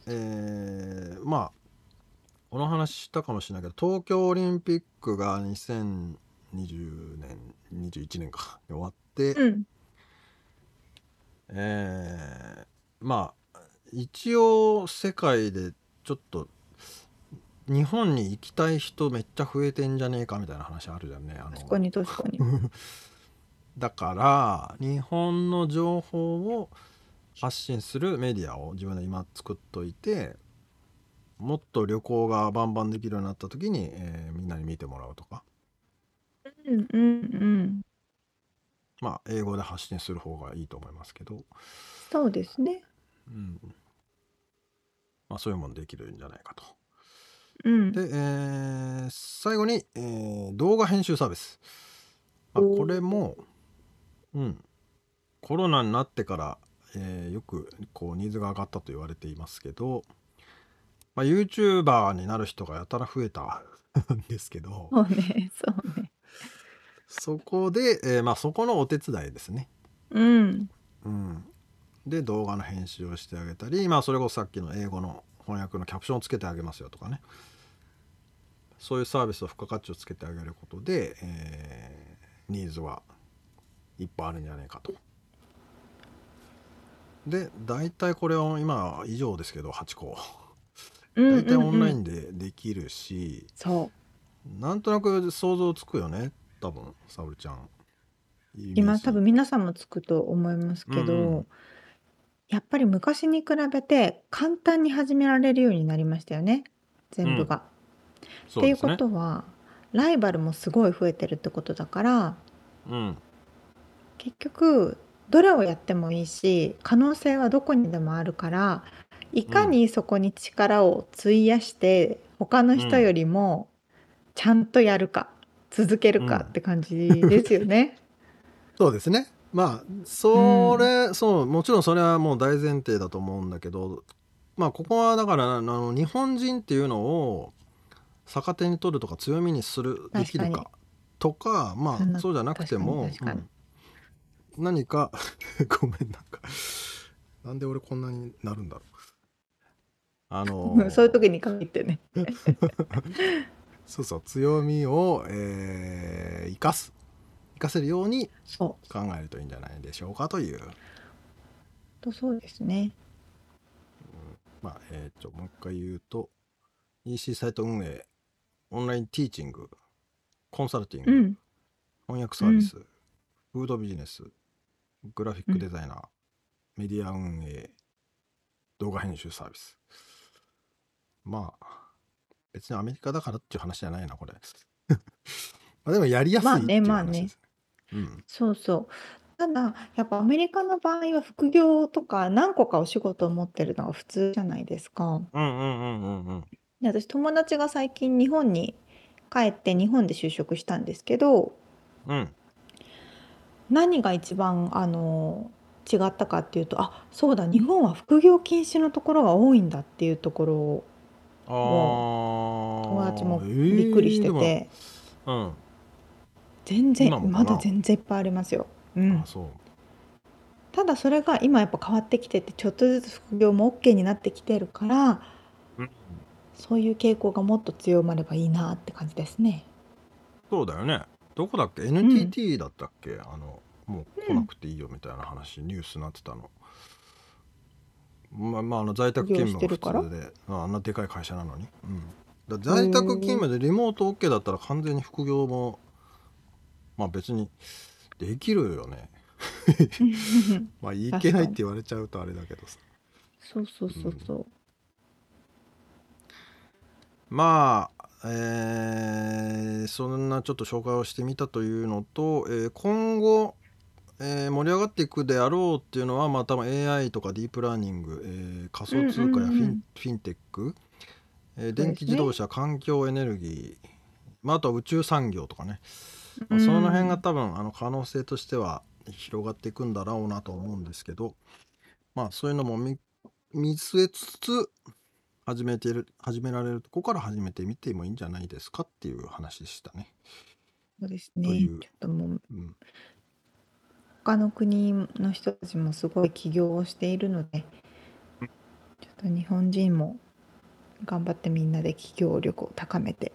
C: えーまあこの話したかもしれないけど東京オリンピックが2020年21年かに終わって、
A: うん、
C: えーまあ一応世界でちょっと日本に行きたい人めっちゃ増えてんじゃねえかみたいな話あるじゃんねあ
A: 確か
C: の
A: に、確かに。
C: だから日本の情報を発信するメディアを自分で今作っといてもっと旅行がバンバンできるようになった時に、えーみんなに見てもらうとか
A: うん、うん、うん。
C: まあ英語で発信する方がいいと思いますけど、
A: そうですね。
C: うんまあ、そういうもんできるんじゃないかと。
G: うん
C: で、えー最後に、えー動画編集サービス、まあ、これも、うん、コロナになってから、えーよくこうニーズが上がったと言われていますけど、まあ、YouTuber になる人がやたら増えたんですけど
A: そうね、そうね。
C: そこで、えーまあ、そこのお手伝いですね。
G: うん
C: うん、で動画の編集をしてあげたり、まあ、それこそさっきの英語の翻訳のキャプションをつけてあげますよとかねそういうサービスを付加価値をつけてあげることで、えーニーズはいっぱいあるんじゃないかと。で大体これを今以上ですけど8個
G: うん
C: 大体オンライ
G: ン
C: ンでできるし、
A: そ
C: なんとなく想像つくよね多分沙織ちゃん。
A: う。
C: イメー
A: 今
C: ジ
A: 多分皆さんもつくと思いますけど、
C: うんうん
A: やっぱり昔に比べて簡単に始められるようになりましたよね。全部が。
C: そ
A: っていう
C: です
A: こ
C: ね
A: とは、ライバルもすごい増えてるってことだから、
C: うん
A: 結局どれをやってもいいし可能性はどこにでもあるからいかにそこに力を費やして、他の人よりもちゃんとやるか続けるかって感じですよ ね。
C: そうですね。まあそれ、そうもちろんそれはもう大前提だと思うんだけどまあここはだからあの日本人っていうのを逆手に取るとか強みにす
A: 確
C: る
A: かに
C: できるかとかま
A: そん
C: あ
A: な
C: そうじゃなくても
A: 確かに確
C: うん何か ごめんなんかなんで俺こんなになるんだろう。あの
A: そういう時に限ってね。
C: そうそう強みを、えー生かす生かせるように
A: そう
C: 考えるといいんじゃないでしょうかという
A: とそうですね。
C: まあ、えー、と、もう一回言うと、EC サイト運営、オンラインティーチング、コンサルティング、
G: うん
C: 翻訳サービス、フードビジネス、グラフィックデザイナー、メディア運営、動画編集サービス。まあ、別にアメリカだからっていう話じゃないな、これ。 まあでもやりやすい
A: まあ
C: って
A: ね
C: いう
A: まあ
C: 話
A: ね
C: ですね。
A: そうそう。ただやっぱアメリカの場合は副業とか何個かお仕事を持ってるのが普通じゃないですか。
C: うんうんうんうんうんうん。
A: で私友達が最近日本に帰って日本で就職したんですけど
C: うん。
A: 何が一番あの違ったかっていうとあそうだ日本は副業禁止のところが多いんだっていうところを友
C: あ友
A: 達もびっくりしてて、
C: うん。
A: 全然
C: 今もかな
A: まだ全然いっぱいありますよ。うん
C: あ、そう。
A: ただそれが今やっぱ変わってきててちょっとずつ副業も OK になってきてるから
C: うん
A: そういう傾向がもっと強まればいいなって感じですね。
C: そうだよね。どこだっけ ?NTT だったっけ、あの、もう来なくていいよみたいな話、ニュースになってたの。まあ、まあ、あの在宅勤務が
A: 利用
C: 普通で、ああんなでかい会社なのに。うん、だ在宅勤務でリモート OK だったら完全に副業も、まあ別にできるよね。まあいけないって言われちゃうとあれだけどさ。
A: そうそうそうそう。
C: まあ、えーそんなちょっと紹介をしてみたというのと、えー今後、えー盛り上がっていくであろうっていうのは、まあ、多分 AI とかディープラーニング、えー仮想通貨やフ
A: うんうん
C: ィン,、
A: うんうん
C: フィンテック、えー
A: すね
C: 電気自動車、環境エネルギー、まあ、あとは宇宙産業とかね、まあ、その辺が多分あの可能性としては広がっていくんだろうなと思うんですけど、まあ、そういうのも見見据えつつ始めてる始められるとこから始めてみてもいいんじゃないですかっていう話でしたね。
A: そうです
C: と
A: ね。
C: い
A: ちょ
C: う
A: っともう
C: うん、
A: 他の国の人たちもすごい起業をしているので、ちょっと日本人も頑張ってみんなで起業力を高めて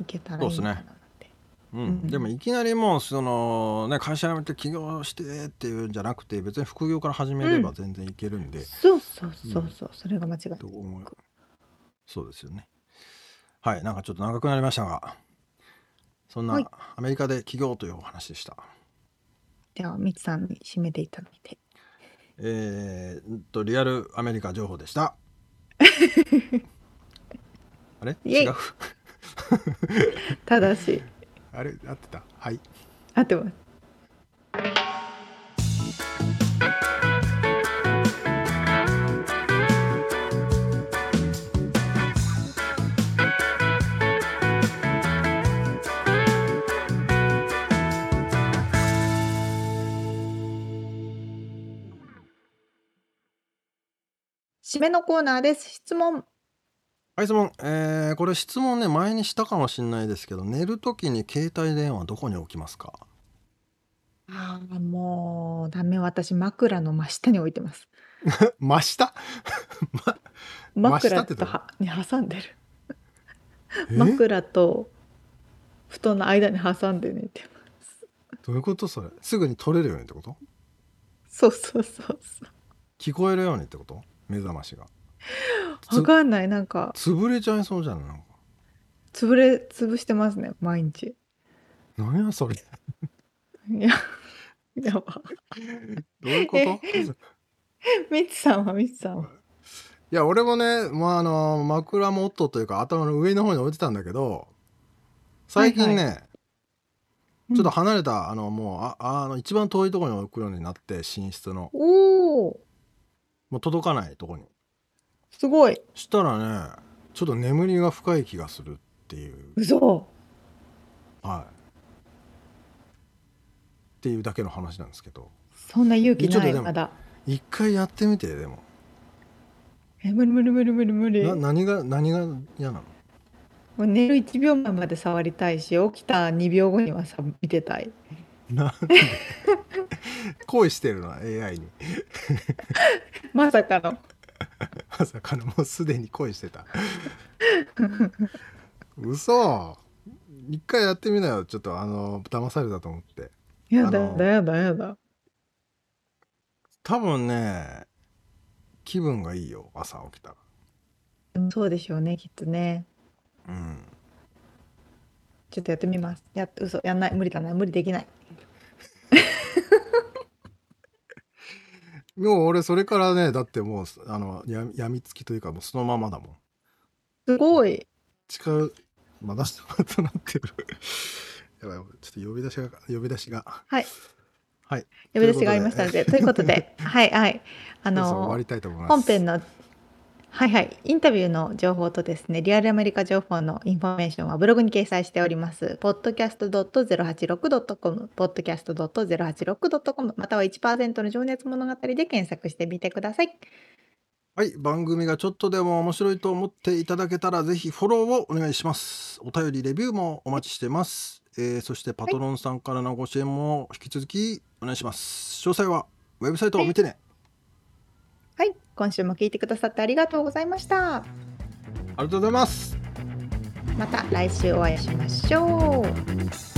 A: いけたらいいかなって。
C: うん
A: うん
C: でもいきなりもうその、ね、会社辞めて起業してっていうんじゃなくて別に副業から始めれば全然いけるんで、
A: そうそうそうそう、それが間違いない
C: と思うそうですよね。はいなんかちょっと長くなりましたがそんな
A: はい
C: アメリカで起業というお話でした。
A: じゃあ、みつさんに締めていただいて。
C: えー、とリアルアメリカ情報 でした。あれ
A: イエイ
C: 違う
A: ただし、
C: あれ合ってたはい。
A: 合ってます。締めのコーナーです。質問。
C: はい質問、えーこれ質問ね前にしたかもしれないですけど寝る時に携帯電話どこに置きますか
A: ああ、もうダメ。私枕の真下に置いてます。
C: 真下真下
A: 枕
C: って
A: と
C: どう
A: はに挟んでる。
C: え
A: 枕と布団の間に挟んで寝てま
C: どういうことそれすぐに取れるようにってこと
A: す。そうそうそうそ
C: 聞こえるようにってこと目覚ましが
A: う。わかんない。なんか
C: 潰れちゃいそうじゃんなんか
A: 潰れ潰してますね。毎日。
C: 何やそれ
A: いや。やば。
C: どう いうこと
A: みつさんはみつさんは。
C: いや俺もね、まあ、あの枕元というか頭の上の方に置いてたんだけど最近ね、
A: は
C: ちょっと離れた、あのもうああの一番遠いところに置くようになって寝室の
A: おお。
C: もう届かないところに
A: すごい。
C: したらねちょっと眠りが深い気がするっていう
A: 嘘。
C: はいっていうだけの話なんですけど
A: そんな勇気
C: ちょ
A: な
C: っと
A: い
C: でも
A: まだ。
C: 一回やってみてでも
A: え無理無理無理無理無理。
C: な
A: も
C: 何が何が嫌なの
A: う寝る1秒前まで触りたいし、起きた2秒後にはさ見てたい。
C: なんで 恋してるな AI に
A: まさかの。
C: まさかのもうすでに恋してた嘘一回やってみなよちょっとあの騙されたと思って
A: や
C: あ
A: だ
C: の
A: やだやだやだ。
C: 多分ね気分がいいよ朝起きたら
A: そうでしょうねきっとね。
C: うん
A: ちょっとやってみます。やっ嘘やんない無理だな無理できない。
C: もう俺それからねだってもうあのややみつきというかもうそのままだもん
A: すごい。
C: 近うまだまたなってるやばいちょっと呼び出しが呼び出しが
A: はい
C: はい
A: 呼び出しがありましたので。ということで、はいはい。あ
C: そろそろ終
A: の
C: わりたいと思います
A: 本編のはいはいインタビューの情報とですねリアルアメリカ情報のインフォメーションはブログに掲載しております podcast.086.com podcast.086.com または1%の情熱物語で検索してみてください
C: はい、番組がちょっとでも面白いと思っていただけたら、ぜひフォローをお願いします。お便り、レビューもお待ちしてます。えーそしてパトロンさんからのご支援も引き続きお願いします。詳細はウェブサイトを見てね。
A: はい今週も聞いてくださってありがとうございました
C: ありがとうございます。
A: また来週お会いしましょう